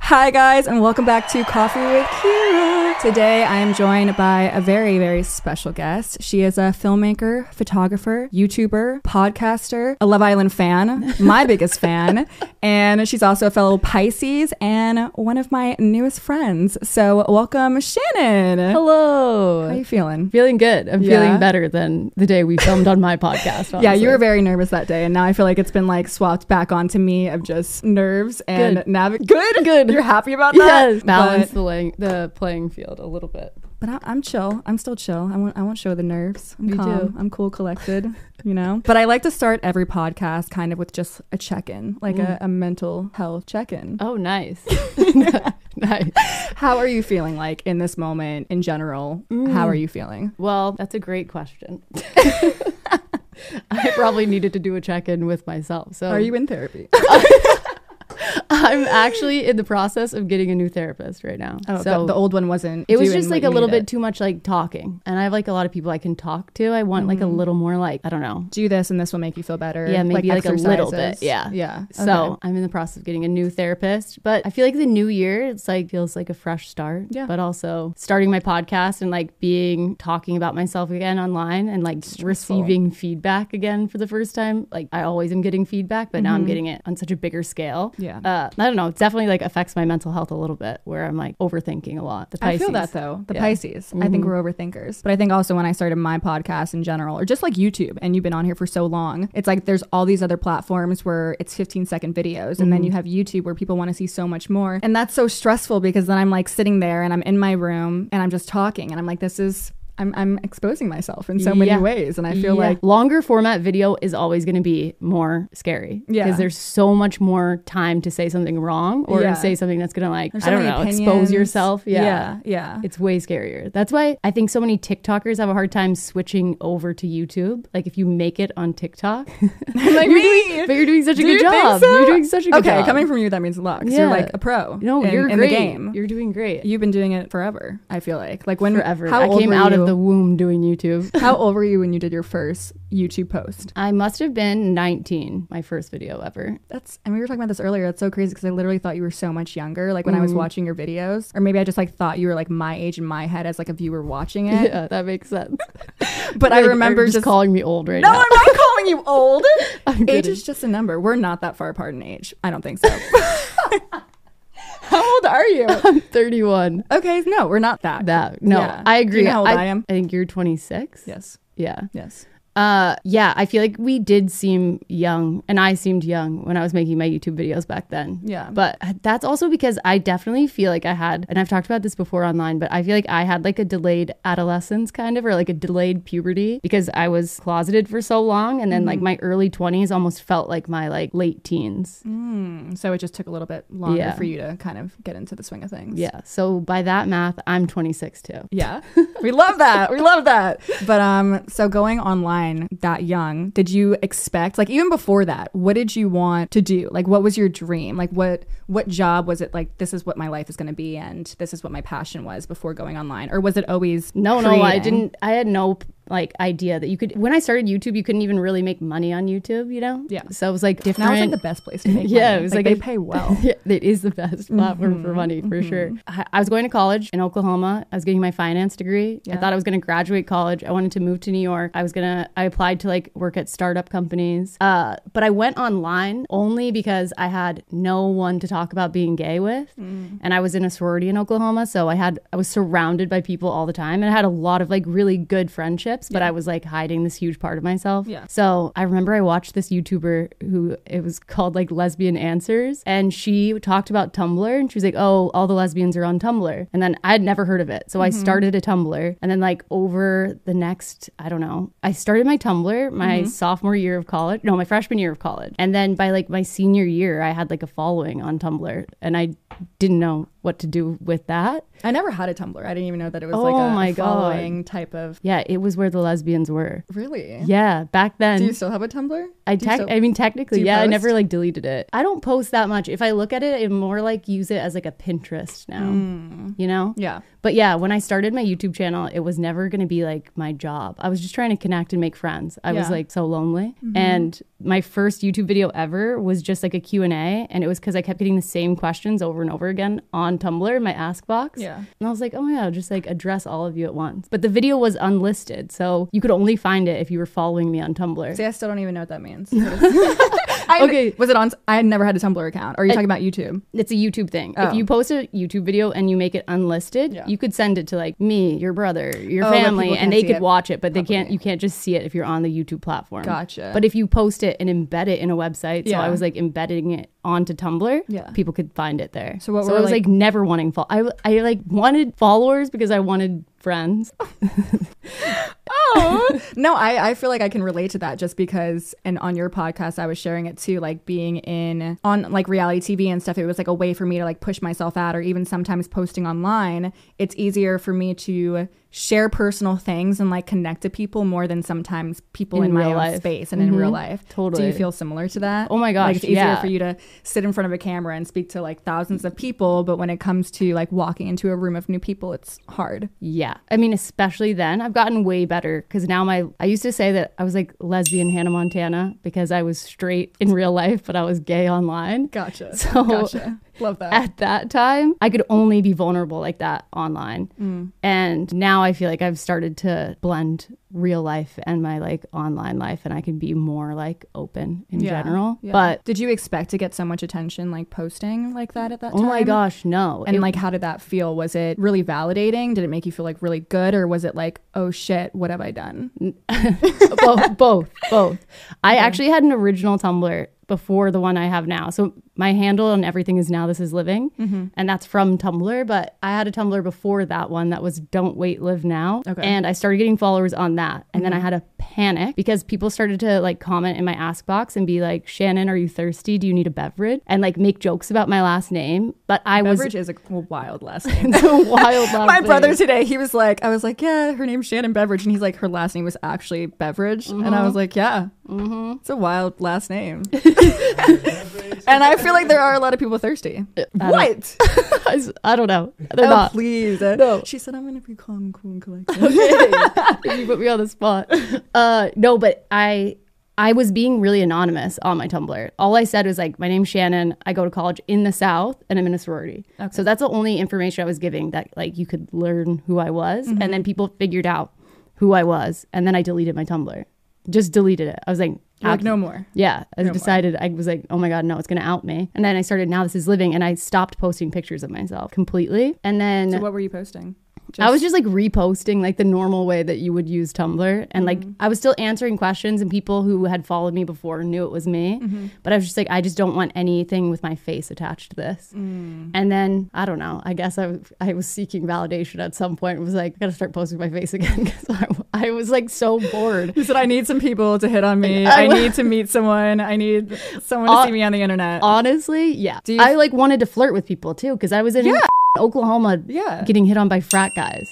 Hi, guys, and welcome back to Coffee with Kira. Today, I am joined by a very, very special guest. She is a filmmaker, photographer, YouTuber, podcaster, a Love Island fan, my biggest fan, and she's also a fellow Pisces and one of my newest friends. So, welcome, Shannon. Hello. How are you feeling? Feeling good. I'm Yeah. feeling better than the day we filmed on my podcast. Yeah, you honestly. were very nervous that day, and now I feel like it's been like swapped back onto me of just nerves and Good. navi- Good, Good. You're happy about that? Yes, balance But- the, lang- the playing field a little bit. But I, I'm chill. I'm still chill. I won't. I won't show the nerves. I'm Me calm. too. I'm cool, collected. You know. But I like to start every podcast kind of with just a check-in, like a, a mental health check-in. Oh, nice. nice. How are you feeling? Like in this moment, in general, how are you feeling? Well, that's a great question. I probably needed to do a check in with myself. So Are you in therapy? I'm actually in the process of getting a new therapist right now. Oh, so the, the old one wasn't. it was doing just what like you a little bit needed. too much like talking. And I have like a lot of people I can talk to. I want Mm-hmm. like a little more like, I don't know, Do this, and this will make you feel better. Yeah, maybe like, a little bit. exercises. Yeah. yeah. So Okay. I'm in the process of getting a new therapist, but I feel like the new year, it's like feels like a fresh start. Yeah. But also starting my podcast and like being talking about myself again online and like receiving feedback again for the first time. Like I always am getting feedback, but now I'm getting it on such a bigger scale. Mm-hmm. Yeah. Uh, I don't know. It definitely like affects my mental health a little bit where I'm like overthinking a lot. The I Pisces. feel that though. The Yeah. Mm-hmm. Pisces. I think we're overthinkers. But I think also when I started my podcast in general, or just like YouTube, and you've been on here for so long, it's like there's all these other platforms where it's 15 second videos. And Mm-hmm. then you have YouTube where people want to see so much more. And that's so stressful because then I'm like sitting there and I'm in my room and I'm just talking and I'm like, this is. I'm, I'm exposing myself in so many Yeah. ways, and I feel Yeah. like longer format video is always going to be more scary Yeah. because there's so much more time to say something wrong or Yeah. say something that's going to like there's so I don't many know opinions. expose yourself. Yeah. yeah, yeah. It's way scarier. That's why I think so many TikTokers have a hard time switching over to YouTube. Like if you make it on TikTok, I'm like, Me? you're doing, but you're doing such a Do good you think job. so? You're doing such a good okay, job. coming from you, that means a lot. 'cause You're Yeah. like a pro. no, in- you're in great. the game. You're doing great. You've been doing it forever. I feel like like when Forever. How I old came were out you- of the womb doing YouTube. How old were you when you did your first YouTube post? I must have been 19, my first video ever. That's and we were talking about this earlier. It's so crazy because I literally thought you were so much younger. Like when I was watching your videos, or maybe I just like thought you were like my age in my head as like a viewer watching it. Yeah, that makes sense. But I Like, remember you're just, calling me old right No, now. I'm not calling you old. I'm age kidding. is just a number. We're not that far apart in age. I don't think so. how old are you? I'm 31. Okay, no, we're not that. That no, Yeah. Do I you agree. know how old I am? I think you're 26. Yes. Yeah. Yes. Uh, yeah. I feel like we did seem young, and I seemed young when I was making my YouTube videos back then. Yeah. But that's also because I definitely feel like I had, and I've talked about this before online, but I feel like I had like a delayed adolescence kind of, or like a delayed puberty because I was closeted for so long, and then Mm-hmm. like my early 20s almost felt like my like late teens. Mm, so it just took a little bit longer Yeah. for you to kind of get into the swing of things. Yeah. So by that math, I'm 26 too. Yeah. We love that. We love that. But um so going online that young, did you expect like even before that, what did you want to do? Like what was your dream? Like what what job was it like this is what my life is going to be and this is what my passion was before going online? Or was it always No, no, I creating? didn't. I had no like idea that you could. When I started YouTube, you couldn't even really make money on YouTube. You know. Yeah. So it was like different. Now it's like the best place to make Yeah, money. it was like, like they a- pay well. Mm-hmm, yeah, it is the best platform for money for sure. I, I was going to college in Oklahoma. I was getting my finance degree. I Yeah. thought I was going to graduate college. I wanted to move to New York. I was gonna. I applied to like work at startup companies. Uh, but I went online only because I had no one to talk about being gay with, Mm. and I was in a sorority in Oklahoma, so I had I was surrounded by people all the time, and I had a lot of like really good friendships. But I was like hiding this huge part of myself. Yeah. So I remember I watched this YouTuber who it was called like Lesbian Answers, and she talked about Tumblr, and she was like, "Oh, all the lesbians are on Tumblr," and then I had never heard of it, so I started a Tumblr, and then like over the next, I don't know, I started my Tumblr my sophomore year of college, no, my freshman year of college, and then by like my senior year, I had like a following on Tumblr, and I didn't know what to do with that. I never had a Tumblr. I didn't even know that it was Oh like a my God. following type of. Yeah, it was where the lesbians were. Really? Yeah, back then. Do you still have a Tumblr? I Do you tec- still- I mean do technically, you yeah, I post? never like deleted it. I don't post that much. If I look at it, I more like use it as like a Pinterest now. Hmm. You know? yeah. But yeah, when I started my YouTube channel, it was never going to be like my job. I was just trying to connect and make friends. I was Yeah. Mm-hmm. like so lonely. And my first YouTube video ever was just like a Q&A and it was cuz I kept getting the same questions over and over again on Tumblr in my ask box. Yeah. And I was like, "Oh my god, just like address all of you at once." But the video was unlisted, so you could only find it if you were following me on Tumblr. See, I still don't even know what that means. I, Okay. Was it on? I had never had a Tumblr account. Are you talking about YouTube? It's a YouTube thing. Oh. If you post a YouTube video and you make it unlisted, Yeah. you could send it to like me, your brother, your Oh, but family, people can't and they see could it watch it, but they can't. publicly. You can't just see it if you're on the YouTube platform. Gotcha. Um, But if you post it and embed it in a website, so Yeah. I was like embedding it onto Tumblr. Yeah. people could find it there. So what so were, I was like- like, never wanting fol- I I like wanted followers because I wanted friends. Oh no, I, I feel like I can relate to that just because and on your podcast I was sharing it too, like being in on like reality TV and stuff, it was like a way for me to like push myself out or even sometimes posting online, it's easier for me to share personal things and like connect to people more than sometimes people in, In my real own life. Mm-hmm. space and in real life. Do Totally. you feel similar to that? Oh my gosh, Like it's easier yeah. for you to sit in front of a camera and speak to like thousands of people, but when it comes to like walking into a room of new people, it's hard. Yeah. I mean, especially then, I've gotten way better because now my, I used to say that I was like lesbian Hannah Montana because I was straight in real life, but I was gay online. Gotcha. So- gotcha. Love that. At that time, I could only be vulnerable like that online. Mm. And now I feel like I've started to blend real life and my like online life, and I can be more like open in Yeah, general. yeah. But did you expect to get so much attention like posting like that at that oh time? my gosh, no. And It- like, how did that feel? Was it really validating? Did it make you feel like really good, or was it like, oh shit, what have I done? both, both, both. I actually had an original Tumblr before the one I have now. So my handle and everything is now this is living, Mm-hmm. and that's from Tumblr. But I had a Tumblr before that one that was don't wait live now, Okay. Mm-hmm. and I started getting followers on that, and then I had a panic because people started to like comment in my ask box and be like, Shannon, are you thirsty? Do you need a beverage? And like make jokes about my last name, but I Beverage is a well, wild last name. was wild. last my name. brother today, he was like, I was like, yeah, her name's Shannon Beverage, and he's like, her last name was actually Beverage, and I was like, yeah, mm-hmm. it's a wild last name. and I feel like there are a lot of people thirsty. Uh, don't- What? I don't know. They're oh, not. please. No. She said, I'm gonna be calm, cool, and collected. you put me on the spot. Uh, no, but I I was being really anonymous on my Tumblr. All I said was like, my name's Shannon. I go to college in the South, and I'm in a sorority. So that's the only information I was giving that like you could learn who I was, Mm-hmm. and then people figured out who I was, and then I deleted my Tumblr. Just deleted it. I was like, You're like, "Ab- no more. yeah, I No more. decided I was like, oh my god, no, it's gonna out me. And then I started now this is living, and I stopped posting pictures of myself completely. And then So what were you posting? I was just like reposting like the normal way that you would use Tumblr. And like Mm-hmm. I was still answering questions, and people who had followed me before knew it was me. Mm-hmm. But I was just like, I just don't want anything with my face attached to Mm-hmm. this. Mm. And then I don't know. I guess I, w- I was seeking validation at some point. Was like, I gotta start posting my face again because I, w- I was like so bored. He said, I need some people to hit on me. I I- need to meet someone. I need someone to Uh, see me on the internet. Honestly, yeah. Do you- I like wanted to flirt with people too because I was in Yeah. Oklahoma Yeah. Mm-hmm. getting hit on by frat guys.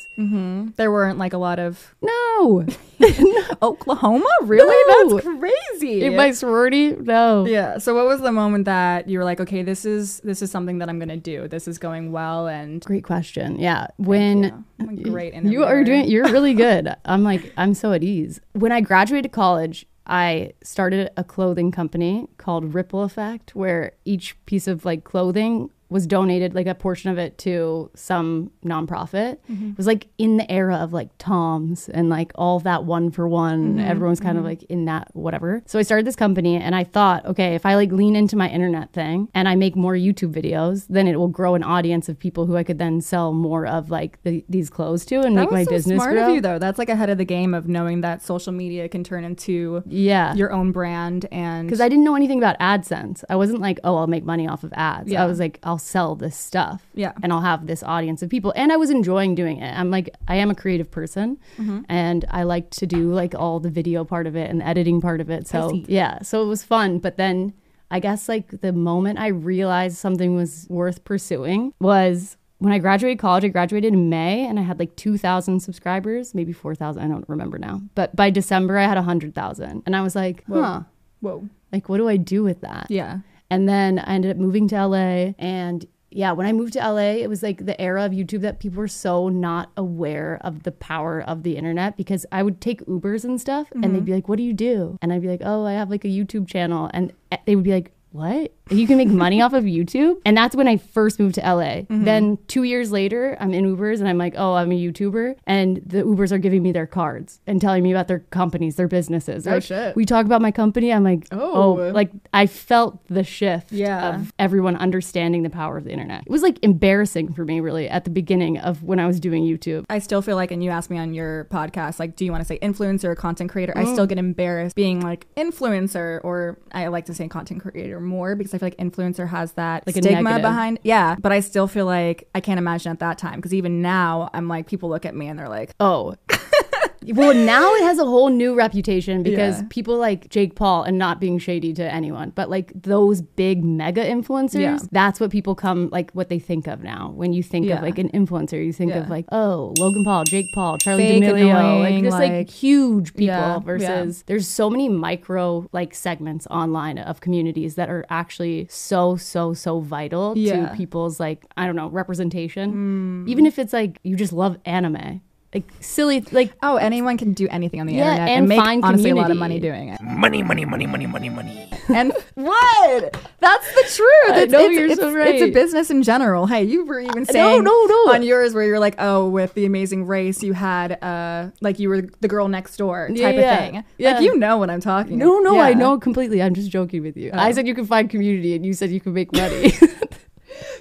There weren't like a lot of No. Oh, Oklahoma? Really? No. That's crazy. In my sorority, no. yeah. So what was the moment that you were like, okay, this is this is something that I'm gonna do. This is going well and Great question. Yeah. When I'm a great you are interviewer. doing you're really good. I'm like I'm so at ease. When I graduated college, I started a clothing company called Ripple Effect where each piece of like clothing was donated like a portion of it to some nonprofit. It was like in the era of like Toms and like all that one for one. Mm-hmm. Everyone's kind of like in that whatever. So I started this company and I thought, okay, if I like lean into my internet thing and I make more YouTube videos, then it will grow an audience of people who I could then sell more of like the, these clothes to and that make was my so business smart grow. of you though. That's like ahead of the game of knowing that social media can turn into Yeah. your own brand and because I didn't know anything about AdSense. I wasn't like, oh, I'll make money off of ads. Yeah. I was like, I'll sell this stuff. Yeah. And I'll have this audience of people. And I was enjoying doing it. I'm like, I am a creative person Mm-hmm. and I like to do like all the video part of it and the editing part of it. So, I see. yeah. So it was fun. But then I guess like the moment I realized something was worth pursuing was when I graduated college. I graduated in May and I had like 2,000 subscribers, maybe 4,000. I don't remember now. But by December, I had 100,000. And I was like, huh, Oh, Whoa. Whoa. like what do I do with that? Yeah. And then I ended up moving to LA. And yeah, when I moved to LA, it was like the era of YouTube that people were so not aware of the power of the internet because I would take Ubers and stuff and they'd be like, What do you do? And I'd be like, Oh, I have like a YouTube channel. And e, they would be like, what? You can make money off of YouTube? And that's when I first moved to LA. Then two years later, I'm in Ubers and I'm like, oh, I'm a YouTuber. And the Ubers are giving me their cards and telling me about their companies, their businesses. They're Oh, like, shit. We talk about my company. I'm like, Oh. oh like I felt the shift Yeah. of everyone understanding the power of the internet. It was like embarrassing for me really at the beginning of when I was doing YouTube. I still feel like, and you asked me on your podcast, like, do you want to say influencer or content creator? Mm. I still get embarrassed being like influencer, or I like to say content creator more because I feel like influencer has that Like a stigma negative. behind. Yeah, but I still feel like I can't imagine at that time because even now I'm like, people look at me and they're like, Oh. well, now it has a whole new reputation because Yeah. people like Jake Paul and not being shady to anyone, but like those big mega influencers, Yeah. that's what people come like what they think of now. When you think Yeah. of like an influencer, you think Yeah. of like, oh, Logan Paul, Jake Paul, Charlie Fake, D'Amelio, annoying, like just like, like- huge people Yeah, versus there's so many micro like segments online of communities that are actually so, so, so vital Yeah. Mm. to people's like, I don't know, representation. Even if it's like you just love anime. Like silly, like oh, anyone can do anything on the Yeah, internet and make find honestly a lot of money community. doing it. Money, money, money, money, money, money. And what? That's the truth. I It's- know it's- you're it's, so It's a right. business in general. Hey, you were even saying no, no. on yours where you're like, oh, with the Amazing Race, you had uh, like you were the girl next door type Yeah, of yeah. thing. Yeah. Like you know what I'm talking. No, no, I Yeah. Oh. know completely. I'm just joking with you. I said you can find community, and you said you can make money.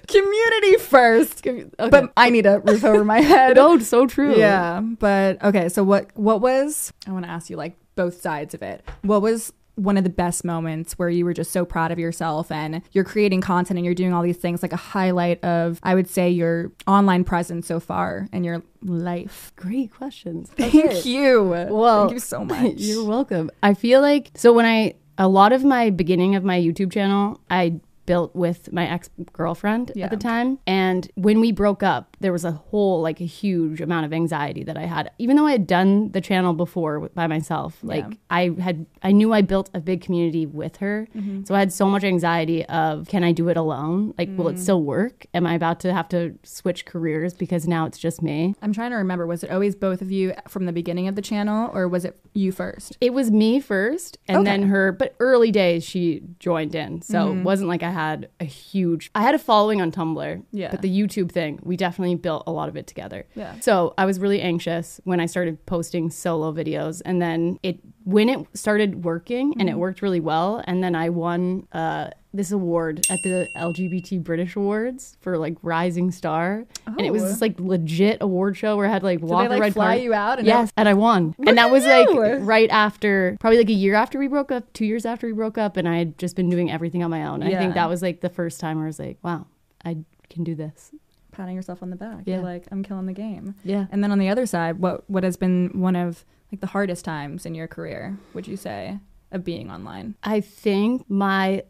Community first, but I need a roof over my head. no, it's so true. Yeah, but okay. So what? What was? I want to ask you like both sides of it. What was one of the best moments where you were just so proud of yourself and you're creating content and you're doing all these things like a highlight of I would say your online presence so far and your life. great questions. Thank you. Well, thank you so much. You're welcome. I feel like so when I a lot of my beginning of my YouTube channel, I built with my ex girlfriend Yeah. at the time, and when we broke up, there was a whole like a huge amount of anxiety that I had, even though I had done the channel before with- by myself. Like I had, I knew I built a big community with her, Mm-hmm. so I had so much anxiety of can I do it alone? Like, will Mm. it still work? Am I about to have to switch careers because now it's just me? I'm trying to remember. Was it always both of you from the beginning of the channel, or was it you first? It was me first and Okay. Mm-hmm. then her, but early days she joined in. So it wasn't like I had a huge I had a following on Tumblr. Yeah. But the YouTube thing, we definitely built a lot of it together. Yeah. So I was really anxious when I started posting solo videos and then it when it started working and Mm-hmm. it worked really well and then I won uh this award at the LGBT British Awards for like Rising Star, and it was Oh. this like legit award show where I had like walk like, a red fly carpet. you out and yes, and I won, and at that was you. like right after, probably like a year after we broke up, two years after we broke up, and I had just been doing everything on my own. I Yeah. think that was like the first time where I was like, wow, I can do this. Patting yourself on the back. You're You're Yeah. like, I'm killing the game. Yeah. And then on the other side, what what has been one of like the hardest times in your career, would you say, of being online? I think my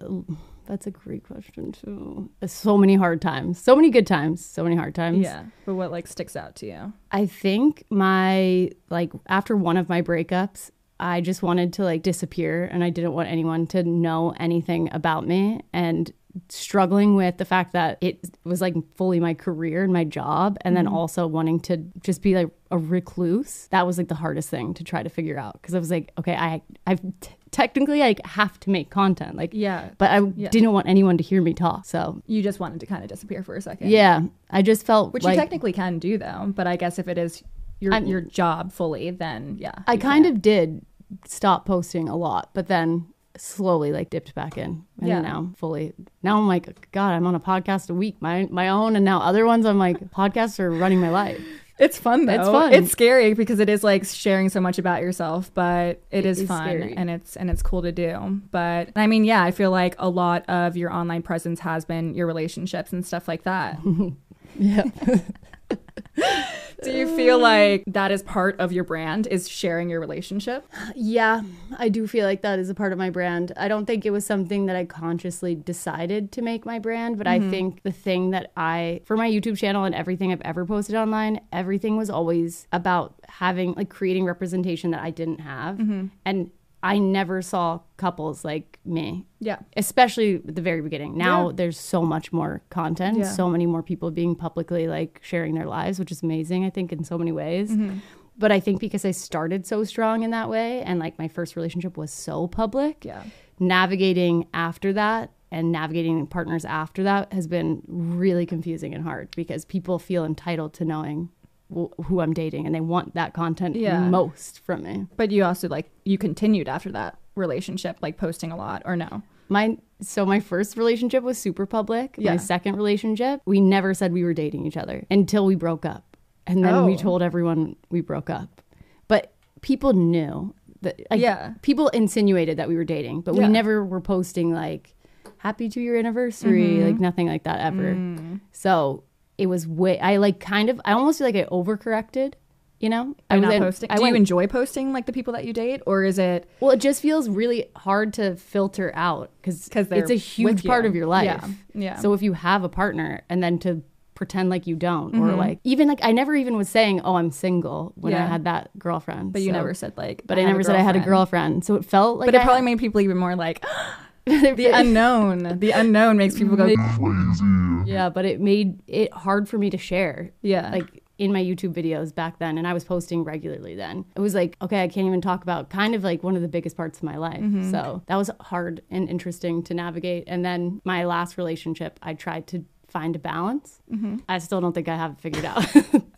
that's a great question too. So many hard times, so many good times, so many hard times. But what like sticks out to you? I think my like after one of my breakups, I just wanted to like disappear and I didn't want anyone to know anything about me and struggling with the fact that it was like fully my career and my job and Mm-hmm. then also wanting to just be like a recluse. That was like the hardest thing to try to figure out because I was like, okay, I I've t- technically like have to make content like Yeah. but I Yeah. didn't want anyone to hear me talk. So, You just wanted to kind of disappear for a second. yeah, I just felt Which like, you technically can do though, but I guess if it is your I'm- your job fully, then yeah. I kind of did stop posting a lot, but then slowly like dipped back in. And Yeah. now fully now I'm like, God, I'm on a podcast a week, my my own and now other ones I'm like, podcasts are running my life. It's fun though. It's fun. It's scary because it is like sharing so much about yourself, but it It is, is fun scary. and it's and it's cool to do. But I mean, yeah, I feel like a lot of your online presence has been your relationships and stuff like that. Yeah. Do you feel like that is part of your brand is sharing your relationship? Yeah, I do feel like that is a part of my brand. I don't think it was something that I consciously decided to make my brand, but I think the thing that I, for my YouTube channel and everything I've ever posted online, everything was always about having, like, creating representation that I didn't have. And I never saw couples like me. Yeah. Especially at the very beginning. Now Yeah. there's so much more content, Yeah. so many more people being publicly like sharing their lives, which is amazing, I think, in so many ways. Mm-hmm. But I think because I started so strong in that way and like my first relationship was so public, Yeah. navigating after that and navigating partners after that has been really confusing and hard because people feel entitled to knowing wh- who I'm dating and they want that content Yeah. most from me. But you also like you continued after that relationship, like posting a lot or no? My so my first relationship was super public. Yeah. My second relationship, we never said we were dating each other until we broke up. And then Oh. we told everyone we broke up. But people knew that like, Yeah. people insinuated that we were dating, but Yeah. we never were posting like happy 2 year anniversary, Mm-hmm. like nothing like that ever. Mm. So, it was way I like kind of I almost feel like I overcorrected, you know? By I was not in- posting. I Do you went- enjoy posting like the people that you date, or is it well, it just feels really hard to filter out because 'Cause they're it's a with huge you. part of your life. Yeah, yeah. So if you have a partner and then to pretend like you don't, or like even like I never even was saying, "Oh, I'm single" when I Mm-hmm. Yeah. had that girlfriend. But you so- never said like. But I, never said I had a girlfriend, so it felt like. But it I- probably made people even more like it the unknown. The unknown makes people go. yeah, but it made it hard for me to share. Yeah. Like in my YouTube videos back then, and I was posting regularly then. It was like, okay, I can't even talk about kind of like one of the biggest parts of my life. So that was hard and interesting to navigate. And then my last relationship, I tried to find a balance. I still don't think I have it figured out.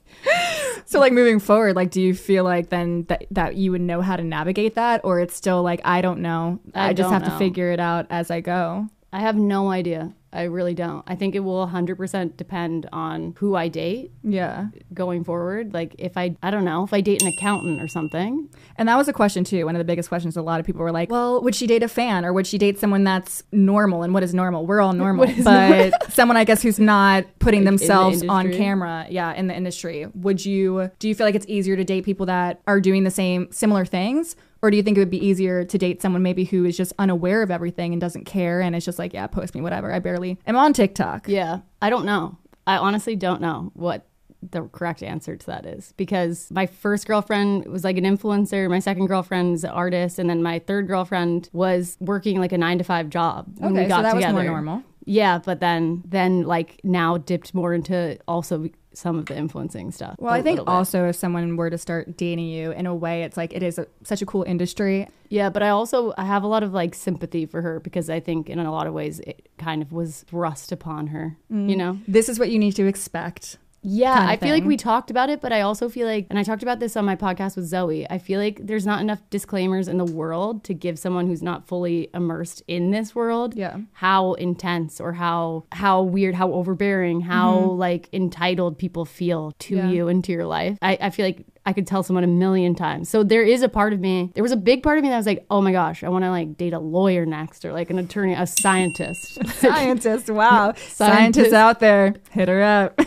So like moving forward, like do you feel like then that that you would know how to navigate that, or it's still like I don't know. I, I just don't have to know. figure it out as I go. I have no idea. I really don't. I think it will 100% depend on who I date Yeah. going forward. Like if I, I don't know, if I date an accountant or something, And that was a question too. One of the biggest questions a lot of people were like, "Well, would she date a fan or would she date someone that's normal? And what is normal? We're all normal, but someone I guess who's not putting Like, in the themselves on industry? camera, yeah, in the industry. Would you do you feel like it's easier to date people that are doing the same similar things or do you think it would be easier to date someone maybe who is just unaware of everything and doesn't care and it's just like, yeah, post me whatever. I barely am on TikTok. Yeah. I don't know. I honestly don't know what the correct answer to that is because my first girlfriend was like an influencer, my second girlfriend is an artist, and then my third girlfriend was working like a nine to five job. When Okay, we so got that was together. more normal. Yeah, but then then like now dipped more into also some of the influencing stuff. Well, I I think also if someone were to start dating you in a way, it's like it is a, such a cool industry. Yeah, but I also I have a lot of like sympathy for her because I think in a lot of ways it kind of was thrust upon her, Mm. you know. This is what you need to expect. Yeah, kind of I feel like thing. we talked about it, but I also feel like, and I talked about this on my podcast with Zoe, I feel like there's not enough disclaimers in the world to give someone who's not fully immersed in this world Yeah. how intense or how how weird, how overbearing, how like entitled people feel to Mm-hmm. Yeah. you and to your life. I, I feel like I could tell someone a million times. So there is a part of me, there was a big part of me that was like, oh my gosh, I want to like date a lawyer next or like an attorney, a scientist. Scientist, wow. Scientists Scientist. out there, hit her up.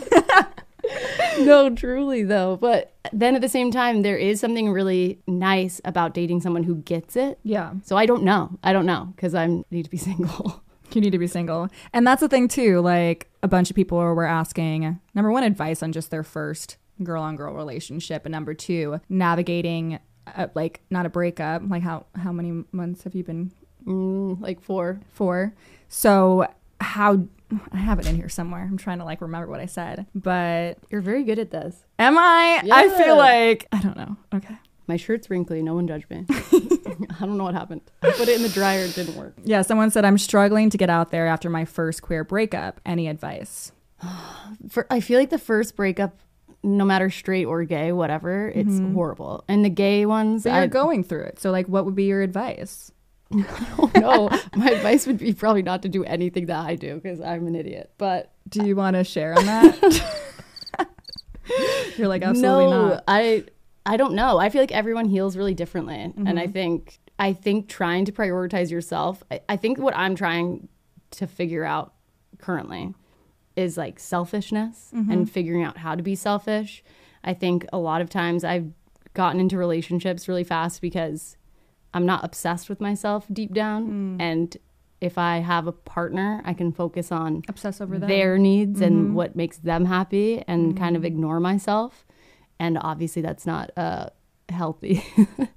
no, truly though. But then at the same time, there is something really nice about dating someone who gets it. Yeah. So I don't know. I don't know because I need to be single. You need to be single. And that's the thing, too. Like, a bunch of people were asking number one, advice on just their first girl on girl relationship. And number two, navigating, uh like, not a breakup. Like, how, how many months have you been Mm, like four. for? So, how I have it in here somewhere. I'm trying to, like, remember what I said. But You're very good at this. am I? I Yeah. feel like, I don't know. Okay. My shirt's wrinkly. No one judge me. I don't know what happened. I put it in the dryer. It didn't work. Yeah, someone said, I'm struggling to get out there after my first queer breakup. Any advice? For, I feel like the first breakup, no matter straight or gay, whatever, it's horrible. And the gay ones, But you're I going through it. So, like, what would be your advice? don't know. My advice would be probably not to do anything that I do because I'm an idiot. But Do you want to share on that? you're like, absolutely no, not. I I don't know. I feel like everyone heals really differently, Mm-hmm. and I think I think trying to prioritize yourself. I, I think what I'm trying to figure out Mm-hmm. currently is like selfishness and figuring out how to be selfish. I think a lot of times I've gotten into relationships really fast because I'm not obsessed with myself deep Mm. down. And if I have a partner, I can focus on Obsess over them. Mm-hmm. their needs and what makes them happy and kind of ignore myself. And obviously, that's not uh, healthy. it's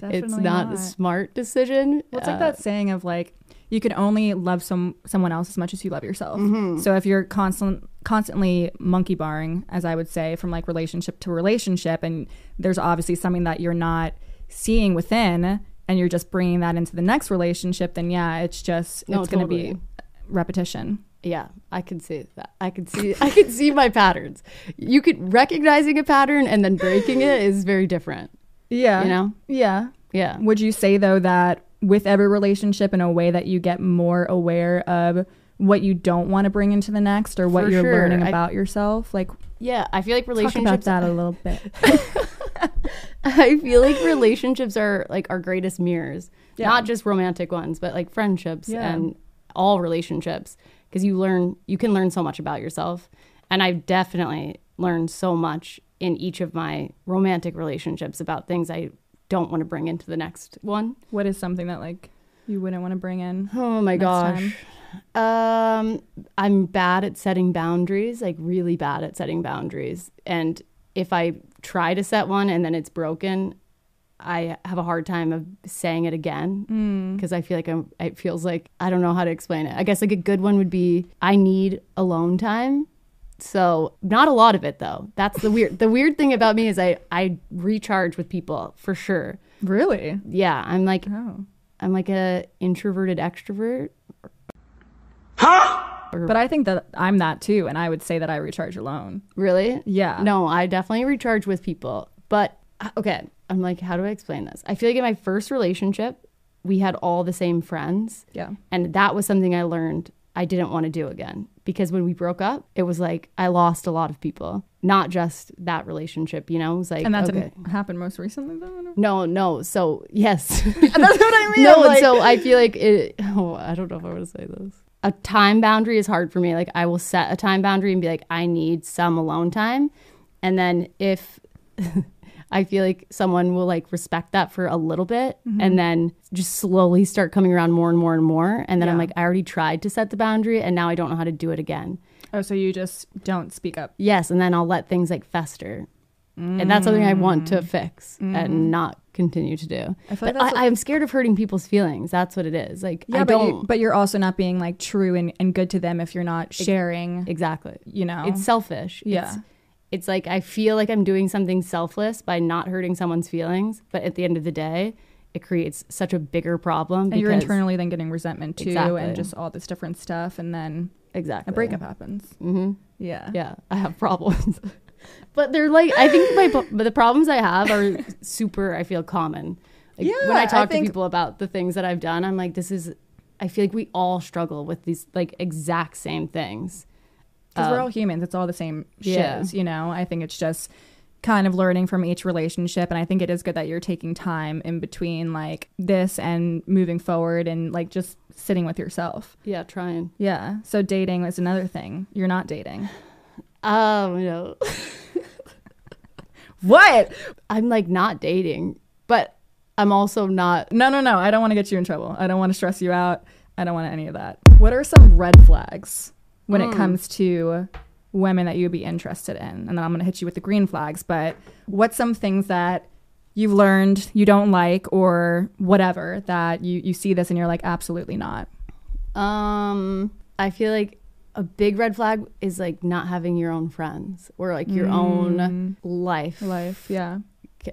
Definitely not, a not. smart decision. Well, it's like Uh, that saying of like you can only love some someone else as much as you love yourself. Mm-hmm. So if you're constant constantly monkey barring, as I would say, from like relationship to relationship, and there's obviously something that you're not seeing within, and you're just bringing that into the next relationship, then yeah, it's just No, it's going to totally. be repetition. Yeah, I could see that. I could see I could see my patterns. You could recognizing a pattern and then breaking it is very different. Yeah, You know? yeah. Yeah. Would you say though that with every relationship in a way that you get more aware of what you don't want to bring into the next or what For you're sure. learning I- about yourself? Like Yeah, I feel like talk about relationships that a little bit. I feel like relationships are like our greatest mirrors. Yeah. Not just romantic ones, but like friendships Yeah. and all relationships because you learn you can learn so much about yourself. And I've definitely learned so much in each of my romantic relationships about things I don't want to bring into the next one. What is something that like you wouldn't want to bring in? Oh my next gosh. Um I'm bad at setting boundaries, like really bad at setting boundaries. And if I try to set one and then it's broken, I have a hard time of saying it again because I feel like I'm it feels like I don't know how to explain it. I guess like a good one would be I need alone time. So not a lot of it though. That's the weird the weird thing about me is I I recharge with people for sure. Really? Yeah, I'm like Oh. I'm like a introverted extrovert. But I think that I'm that too, and I would say that I recharge alone. Really? Yeah. No, I definitely recharge with people. But uh, okay, I'm like, how do I explain this? I feel like in my first relationship, we had all the same friends. Yeah. And that was something I learned I didn't want to do again because when we broke up, it was like I lost a lot of people, not just that relationship, you know? It was like, And that okay. didn't happen most recently though. No, no. So, yes. That's what I mean. no, and so I feel like it. Oh, I don't know if I want to say this. A time boundary is hard for me. Like I will set a time boundary and be like, I need some alone time, and then if I feel like someone will like respect that for a little bit, Mm-hmm. and then just slowly start coming around more and more and more, and then I'm Yeah. like, I already tried to set the boundary, and now I don't know how to do it again. oh, so you just don't speak up. Yes, and then I'll let things like fester. And that's something I want Mm. to fix Mm-hmm. and not continue to do. I feel like But that's what- I, I'm scared of hurting people's feelings. That's what it is. Like I but don't you, but you're also not being like true and, and good to them if you're not sharing. exactly. you know, It's selfish. Yeah. It's, it's like I feel like I'm doing something selfless by not hurting someone's feelings, but at the end of the day, it creates such a bigger problem. and you're because- internally then getting resentment too, Exactly. and just all this different stuff, and then exactly a breakup happens. Mm-hmm. Yeah. yeah i have problems but they're like i think my po- but the problems i have are super i feel common like when Yeah, I i talk think- to people about the things that i've done i'm like this is i feel like we all struggle with these like exact same things because we're Uh, all humans. It's all the same Yeah. shiz, you know. I think it's just kind of learning from each relationship, and I think it is good that you're taking time in between like this and moving forward, and like just sitting with yourself. yeah trying Yeah. So dating is another thing. You're not dating. um no What? i'm like not dating but i'm also not No, no, no. I don't want to get you in trouble. I don't want to stress you out. I don't want any of that. What are some red flags when it comes to women that you would be interested in? And then I'm going to hit you with the green flags, but what's some things that you've learned you don't like or whatever that you, you see this and you're like, absolutely not? um i feel like a big red flag is like not having your own friends or like your own life Mm. Life. Yeah.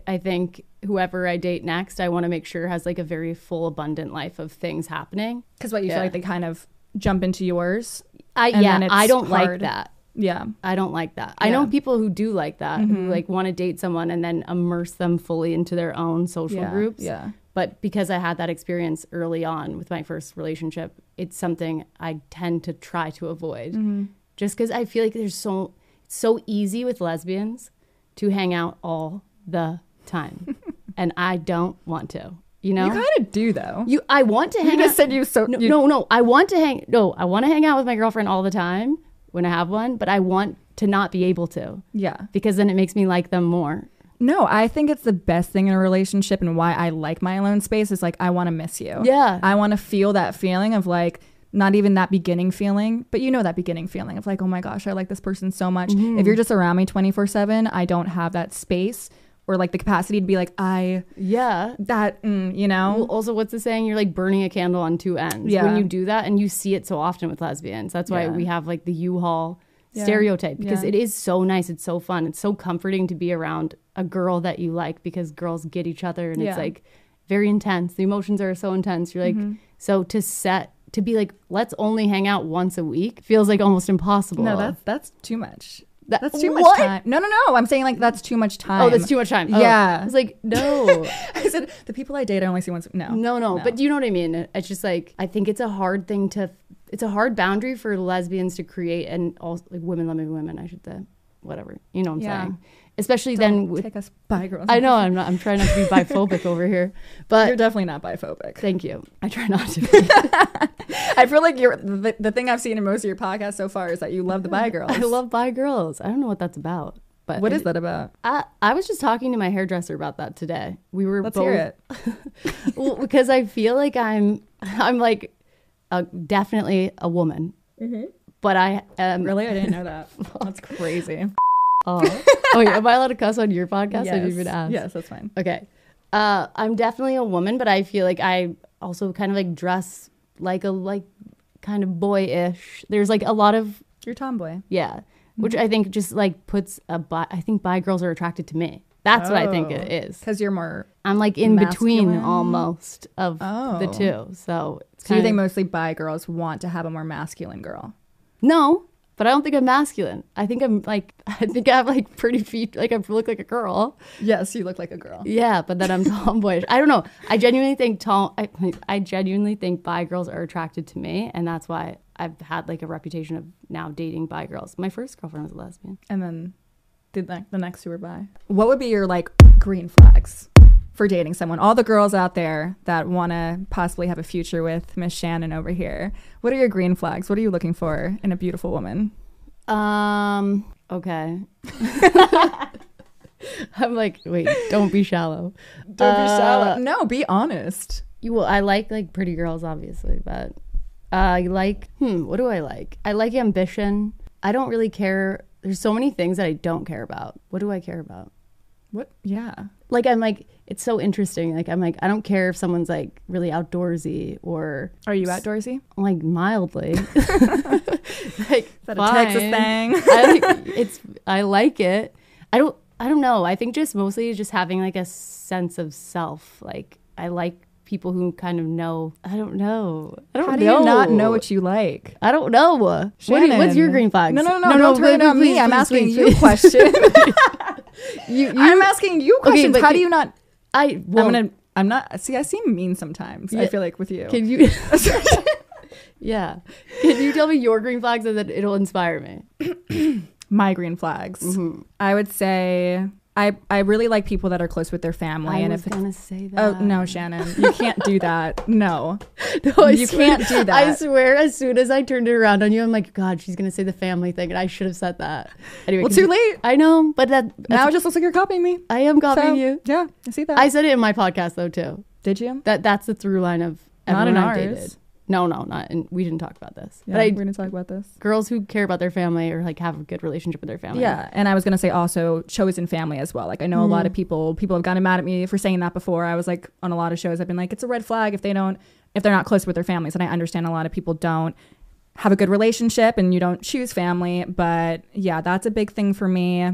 I think whoever I date next, I want to make sure has like a very full, abundant life of things happening. Because what you Yeah. feel like they kind of jump into yours. I And then yeah, it's I don't like hard. that. Yeah. I don't like that. I Yeah. Mm-hmm. know people who do like that, who like want to date someone and then immerse them fully into their own social yeah. groups. Yeah. But because I had that experience early on with my first relationship, it's something I tend to try to avoid. Mm. Mm-hmm. Just because I feel like there's so it's so easy with lesbians to hang out all the time, and I don't want to. You know, You kind of do, though. You, I want to hang. You just out- said you so. no, you- no, no. I want to hang. No, I want to hang out with my girlfriend all the time when I have one, but I want to not be able to Yeah. because then it makes me like them more. No, I think it's the best thing in a relationship and why I like my alone space is like I want to miss you. Yeah. I want to feel that feeling of like not even that beginning feeling, but you know that beginning feeling of like, oh my gosh, I like this person so much. If you're just around me 24 7, I don't have that space or like the capacity to be like, I, Yeah. that, mm, you know? Well, also, what's the saying? You're like burning a candle on two ends. Yeah. When you do that, and you see it so often with lesbians. That's why Yeah. we have like the U-Haul Yeah. stereotype because Yeah. it is so nice. It's so fun. It's so comforting to be around a girl that you like because girls get each other and Yeah. Mm-hmm. it's like very intense. The emotions are so intense. You're like, so to set, to be like, let's only hang out once a week feels like almost impossible. no, that's, that's too much. That- That's too What? much time. No, no, no. I'm saying like that's too much time. Oh, that's too much time. Oh. Yeah. I was like, no. I said the people I date I only see once. No, No, no, but you know what I mean? It's just like I think it's a hard thing to it's a hard boundary for lesbians to create and also like women loving women, I should say. Whatever. You know what I'm Yeah. saying? Especially then Don't with, take us bi girls. I know I'm not I'm trying not to be biphobic over here. you're But definitely not biphobic. thank you. I try not to be. I feel like you're the, the thing I've seen in most of your podcasts so far is that you love the bi girls. I love bi girls. I don't know what that's about. But What is that about? I, I was just talking to my hairdresser about that today. We were Let's both hear it. well, because I feel like I'm I'm like a, definitely a woman, but I am. Mm-hmm. Really, I didn't know that. That's crazy. Oh, oh wait, am I allowed to cuss on your podcast? I didn't even ask. Yes, that's fine. Okay. Uh, I'm definitely a woman, but I feel like I also kind of like dress like a like kind of boyish. There's like a lot of You're tomboy. yeah, Mm-hmm. which I think just like puts a bi. I think bi girls are attracted to me. That's what I think it is. because you're more. I'm like in between Oh. Masculine? almost of the Oh. two. So it's So you kind think of- mostly bi girls want to have a more masculine girl? No, but I don't think I'm masculine. I think I'm like I think I have like pretty feet. Like I look like a girl. Yes, you look like a girl. Yeah, but then I'm tomboyish. I don't know. I genuinely think tom. I, I genuinely think bi girls are attracted to me, and that's why I've had like a reputation of now dating bi girls. My first girlfriend was a lesbian. And then the, ne- the next two were bi. What would be your like green flags for dating someone? All the girls out there that want to possibly have a future with Miss Shannon over here. What are your green flags? What are you looking for in a beautiful woman? Um. Okay. I'm like, wait, don't be shallow. Uh, No, be honest. You well, I like like pretty girls, obviously, but uh, I like hmm, what do I like? I like ambition. I don't really care. There's so many things that I don't care about. What do I care about? What? Yeah. Like I'm like it's so interesting. Like I'm like I don't care if someone's like really outdoorsy or Are you outdoorsy? like mildly. like Is that a Texas fine. thing? I like, it's I like it. I don't I don't know. I think just mostly just having like a sense of self. Like I like people who kind of know. I don't know. I don't How do know. you not know what you like? I don't know. What do you- what's your Shannon. green flags? No, no, no, don't turn it please, on me. please, I'm please, asking please, you please. questions. You, you, I'm asking you Okay, questions. but How can- do you not? I well, I'm gonna. I'm not. See, I seem mean sometimes. I Yeah. feel like with you. Can you? yeah. Can you tell me your green flags and then it'll inspire me? my green flags. I would say I I really like people that are close with their family. I and was if gonna say that. oh no, Shannon, you can't do that. No, No, I You can't do I that. swear, as soon as I turned it around on you, I'm like, God, she's gonna say the family thing, and I should have said that. Anyway, well, continue. too late. I know, but that Now now it just looks like you're copying me. I am copying So, you. Yeah, I see that. I said it in my podcast though too. Did you? That that's the through line of Not in everyone I've ours. dated. No, no, not. And we didn't talk about this. Yeah, but I, we're gonna talk about this. girls who care about their family or like have a good relationship with their family. Yeah, and I was gonna say also chosen family as well. Like I know a lot of people people have gotten mad at me for saying that before. I was like on a lot of shows. I've been like, it's a red flag if they don't if they're not close with their families. And I understand a lot of people don't have a good relationship and you don't choose family. But yeah, that's a big thing for me.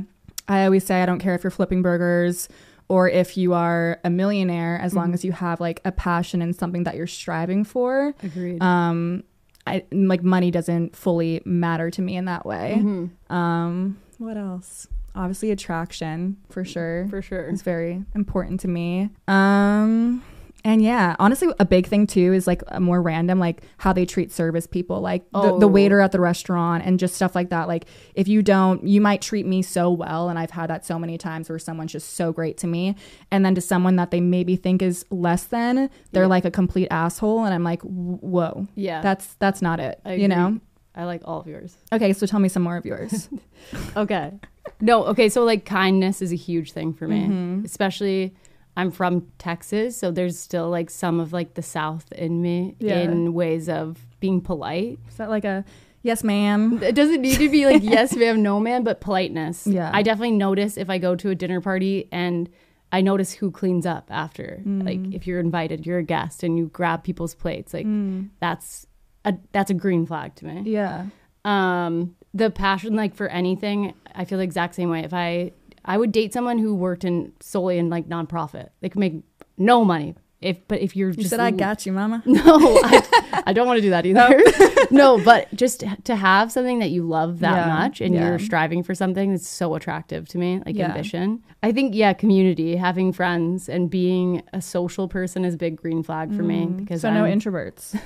I always say I don't care if you're flipping burgers or if you are a millionaire as long as you have like a passion and something that you're striving for agreed. um I like money doesn't fully matter to me in that way. Mm-hmm. Um what else? Obviously attraction for sure. Mm-hmm. for sure. It's very important to me. Um and yeah, honestly a big thing too is like a more random like how they treat service people, like the, the Oh. waiter at the restaurant and just stuff like that. Like if you don't you might treat me so well and I've had that so many times where someone's just so great to me and then to someone that they maybe think is less than, they're like a complete asshole and I'm like, "Whoa." Yeah. That's that's not it. I You know? I like all of yours. Okay, so tell me some more of yours. Okay. No, okay, so like kindness is a huge thing for me. Especially I'm from Texas, so there's still like some of like the South in me Yeah. in ways of being polite. Is that like a yes, ma'am? It doesn't need to be like yes, ma'am, no, man, but politeness. Yeah. I definitely notice if I go to a dinner party and I notice who cleans up after. Like if you're invited, you're a guest, and you grab people's plates. Like that's a that's a green flag to me. Yeah. Um, the passion like for anything, I feel the exact same way. If I I would date someone who worked in solely in like nonprofit, they could make no money. If but if you're You just said I got you, mama. no, I, I don't want to do that either. no, but just to have something that you love that Yeah, much and yeah. you're striving for something that's so attractive to me, like Yeah. ambition. I think, yeah, community, having friends and being a social person is a big green flag for me because Mm. So I'm no introverts.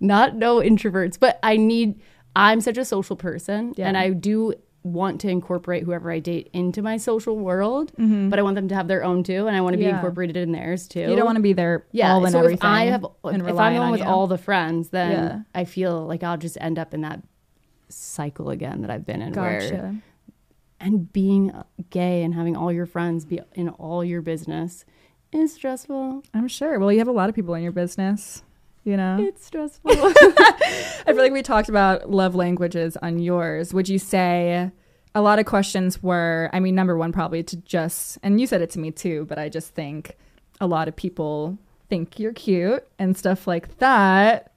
not no introverts, but I need, I'm such a social person Yeah. and I do want to incorporate whoever I date into my social world, but I want them to have their own too. And I want to be Mm-hmm. Yeah. incorporated in theirs too You don't want to be there yeah, all in so everything. if I have, and if I'm relying the one on with you. all the friends, then Yeah. I feel like I'll just end up in that cycle again that I've been in. Where, Gotcha. and being gay and having all your friends be in all your business is stressful. I'm sure. Well, you have a lot of people in your business. You know, It's stressful. I feel like we talked about love languages on yours. Would you say a lot of questions were, I mean, number one, probably to just, and you said it to me too, but I just think a lot of people think you're cute and stuff like that.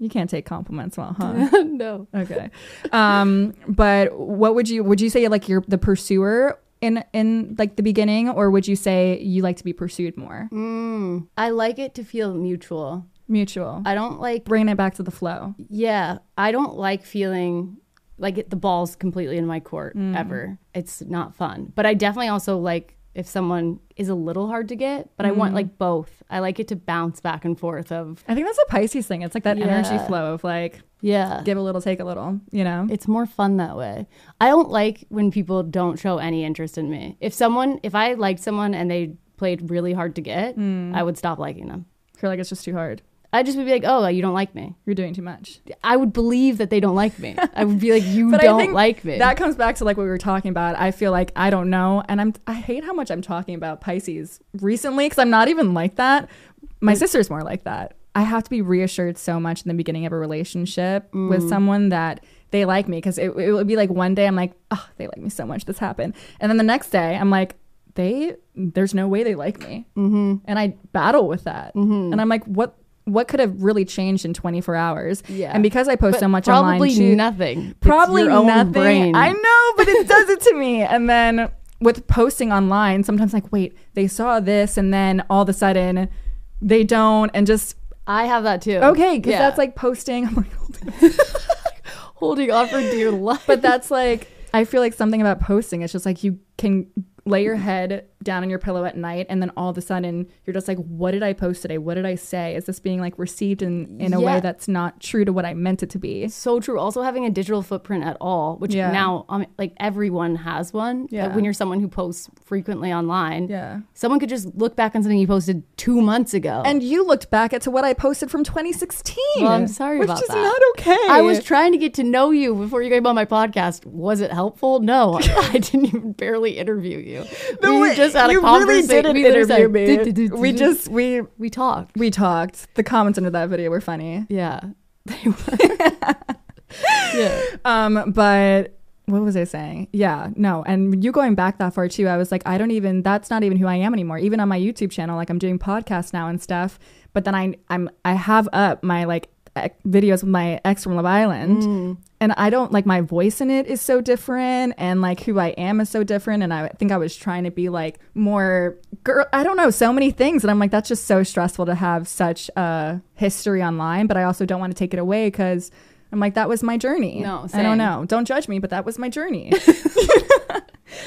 You can't take compliments well, huh? no. okay. Um, but what would you, would you say like you're the pursuer in, in like the beginning, or would you say you like to be pursued more? Mm. I like it to feel mutual. Mutual. I don't like, Bringing it back to the flow. yeah, I don't like feeling like it, the ball's completely in my court Mm. ever. It's not fun. But I definitely also like if someone is a little hard to get, but I Mm. want like both. I like it to bounce back and forth of I think that's a Pisces thing. It's like that energy Yeah. flow of like yeah. give a little, take a little, you know? It's more fun that way. I don't like when people don't show any interest in me. If someone if I liked someone and they played really hard to get, Mm. I would stop liking them. You're like, it's just too hard. I just would be like, "Oh, you don't like me." You're doing too much. I would believe that they don't like me. I would be like, "You But I don't think like me." That comes back to like what we were talking about. I feel like I don't know. And I'm, I hate how much I'm talking about Pisces recently because I'm not even like that. Mm. My sister's more like that. I have to be reassured so much in the beginning of a relationship with Mm. someone that they like me because it, it would be like one day I'm like, oh, they like me so much. This happened. And then the next day I'm like, they, there's no way they like me. mm-hmm. and I battle with that. Mhm. And I'm like, what what could have really changed in 24 hours? Yeah. And because I post so much probably online, too, nothing. It's probably your own nothing. brain. I know, but it does it to me. And then with posting online, sometimes like, wait, they saw this, and then all of a sudden they don't, and just I have that too. okay, because Yeah. that's like posting. I'm like, hold on. holding on for dear life. but that's like I feel like something about posting. It's just like you can lay your head down on your pillow at night, and then all of a sudden you're just like, "What did I post today? What did I say? Is this being like received in in a Yeah. way that's not true to what I meant it to be?" so true. Also having a digital footprint at all, which Yeah. now um, like everyone has one. But Yeah. When you're someone who posts frequently online, Yeah. someone could just look back on something you posted two months ago. And you looked back at to what I posted from 2016. Well, I'm sorry which about is that. not okay. I was trying to get to know you before you came on my podcast. Was it helpful? No, I didn't even barely interview you. No, we just had you a conversation. Really didn't we literally interview me. said, "Du- du- du- we du- just we we talked. we talked. The comments under that video were funny. Yeah, they were. yeah. Um, but what was I saying? Yeah, no. And you going back that far too, I was like, I don't even. That's not even who I am anymore. Even on my YouTube channel, like I'm doing podcasts now and stuff. But then I, I'm, I have up my like ec- videos with my ex from Love Island, Mm. and I don't like my voice in it is so different, and like who I am is so different. And I think I was trying to be like more girl. I don't know so many things, and I'm like, that's just so stressful to have such a history online. But I also don't want to take it away because. I'm like, that was my journey. No, I don't same. know. Oh, Don't judge me, but that was my journey.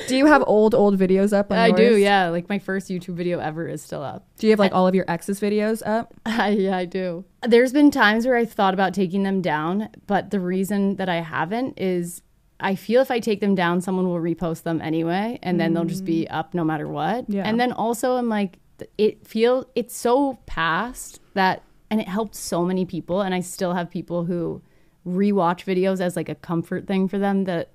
do you have old, old videos up? On I do, yours? yeah. Like my first YouTube video ever is still up. Do you have like all of your ex's videos up? I, yeah, I do. There's been times where I thought about taking them down, but the reason that I haven't is I feel if I take them down, someone will repost them anyway, and then they'll just be up no matter what. Yeah. And then also, I'm like, th- it feel it's so past that, and it helped so many people, and I still have people who rewatch videos as like a comfort thing for them that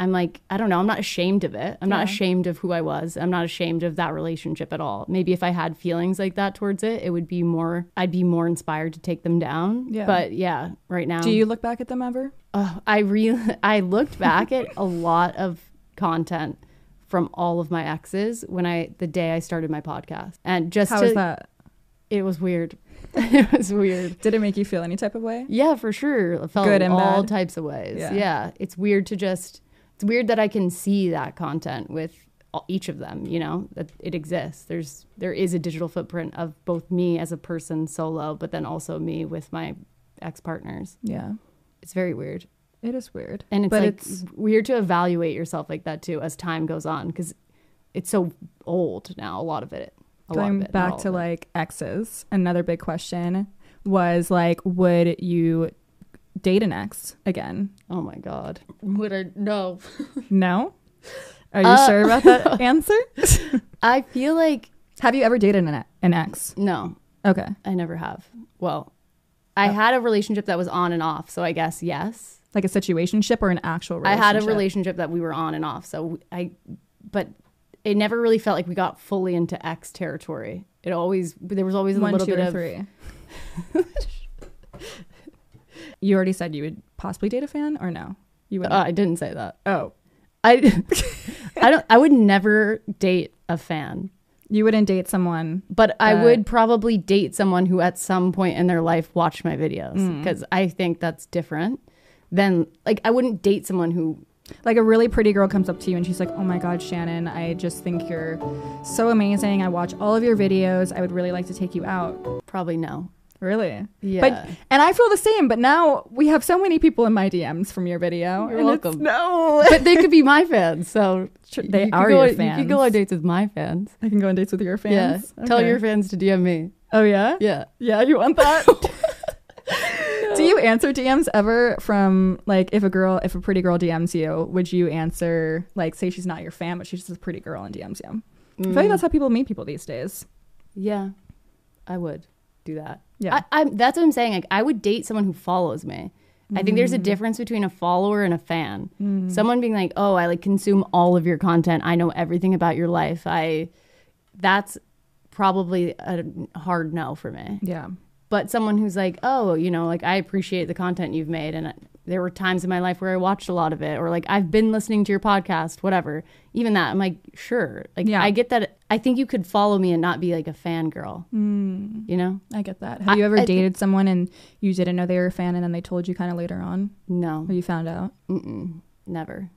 I'm like, I don't know, I'm not ashamed of it. I'm not ashamed of who I was. I'm not ashamed of that relationship at all. Maybe if I had feelings like that towards it, it would be more I'd be more inspired to take them down. Yeah. But yeah, right now Do you look back at them ever? Oh, I re I looked back at a lot of content from all of my exes when I the day I started my podcast. And just How to, was that? it was weird. it was weird. Did it make you feel any type of way? Yeah, for sure. It felt Good and all bad. types of ways. Yeah. Yeah. It's weird to just it's weird that I can see that content with all, each of them, you know, that it exists. There's there is a digital footprint of both me as a person solo, but then also me with my ex partners. Yeah. It's very weird. It is weird. And it's but like it's weird to evaluate yourself like that too as time goes on because it's so old now. A lot of it. A lot going of it, not all back of to it. like exes. Another big question was like, would you date an ex again? Oh my god. Would I no? No. Are you Uh, sure about that answer? I feel like Have you ever dated an, an ex? no. Okay. I never have. Well, I had a relationship that was on and off, so I guess yes. Like a situationship or an actual I relationship? had a relationship that we were on and off, so I but it never really felt like we got fully into X territory. It always there was always a One, little two, bit or of three. you already said you would possibly date a fan or no? You Uh, wouldn't. I didn't say that. oh. I I don't I would never date a fan. You wouldn't date someone. But I But- would probably date someone who at some point in their life watched my Hmm. videos because I think that's different than like I wouldn't date someone who Like a really pretty girl comes up to you and she's like, "Oh my god, Shannon, I just think you're so amazing. I watch all of your videos. I would really like to take you out." probably no. Really? Yeah. But and I feel the same, but now we have so many people in my DMs from your video. You're and it's- welcome. No. but they could be my fans. So Sure, they could are go, your You fans. could go on dates with my fans. I can go on dates with your fans. Yeah. Tell Okay. your fans to DM me. Oh yeah? Yeah. Yeah, you want that? Do you answer DMs ever from like if a girl if a pretty girl DMs you, would you answer like say she's not your fan but she's just a pretty girl and DMs you? I feel like that's how people meet people these days. Yeah. I would do that. Yeah. I, I, that's what I'm saying. Like, I would date someone who follows me. I think there's a difference between a follower and a fan. Someone being like, "Oh, I like consume all of your content. I know everything about your life." I that's probably a hard no for me. Yeah. but someone who's like, oh, you know, like I appreciate the content you've made, and uh, there were times in my life where I watched a lot of it, or like I've been listening to your podcast, whatever. Even that, I'm like, sure, like Yeah. I get that. I think you could follow me and not be like a fangirl, you know? Mm, I get that. Have I- you ever I think- dated someone and you didn't know they were a fan and then they told you kind of later on No, or you found out? Mm. Mm-mm. never.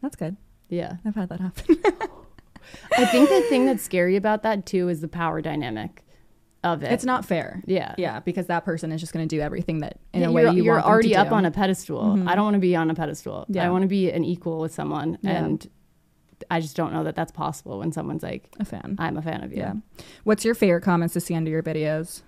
That's good. Yeah, I've had that happen. I think the thing that's scary about that too is the power dynamic of it. it's not fair. Yeah. Yeah, because that person is just going to do everything that in Yeah, a way you're, you you're want them already to up do. Mm-hmm. on a pedestal. I don't want to be on a pedestal. Yeah. I want to be an equal with someone, Yeah. and I just don't know that that's possible when someone's like, a fan. "I'm a fan of you." yeah. What's your favorite comments to see under your videos?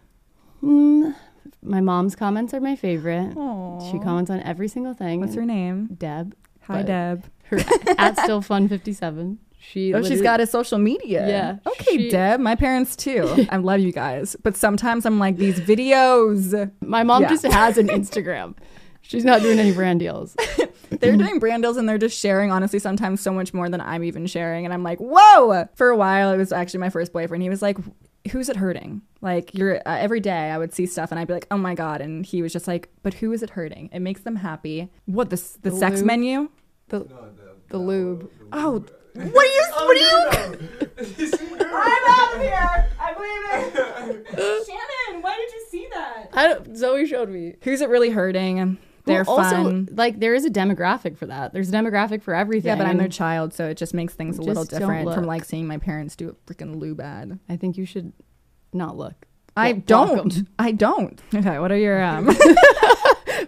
Mm, my mom's comments are my favorite. Oh. She comments on every single thing. What's her name? Deb. Hi, But- Deb. Her at still fun fifty seven. She. Oh, she's literally- got a social media. Yeah, Okay, she- Deb. My parents too. I love you guys, but sometimes I'm like these videos. My mom Yeah. just has an Instagram. She's not doing any brand deals. They're doing brand deals and they're just sharing. Honestly, sometimes so much more than I'm even sharing, and I'm like, whoa. For a while, it was actually my first boyfriend. He was like, "Who's it hurting?" Like you're uh, every day, I would see stuff and I'd be like, "Oh my god!" And he was just like, "But who is it hurting? It makes them happy." What the s- the, The sex lube? menu? The, the lube. Oh, what are you? What are you? Oh, I'm out of here. I'm leaving. Shannon, why did you see that? I don't, Zoe showed me. Who's it really hurting? They're Well, also, fun. like there is a demographic for that. There's a demographic for everything. Yeah, but I'm their child, so it just makes things a Just little don't different from look. like seeing my parents do a freaking lube ad. I think you should not look. I Walk don't. 'em. I don't. Okay, what are your um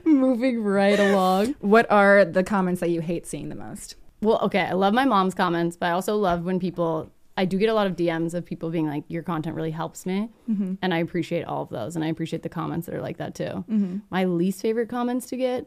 Moving right along. what are the comments that you hate seeing the most? Well, okay, I love my mom's comments, but I also love when people. I do get a lot of DMs of people being like, "Your content really helps me," and I appreciate all of those, and I appreciate the comments that are like that too. My least favorite comments to get,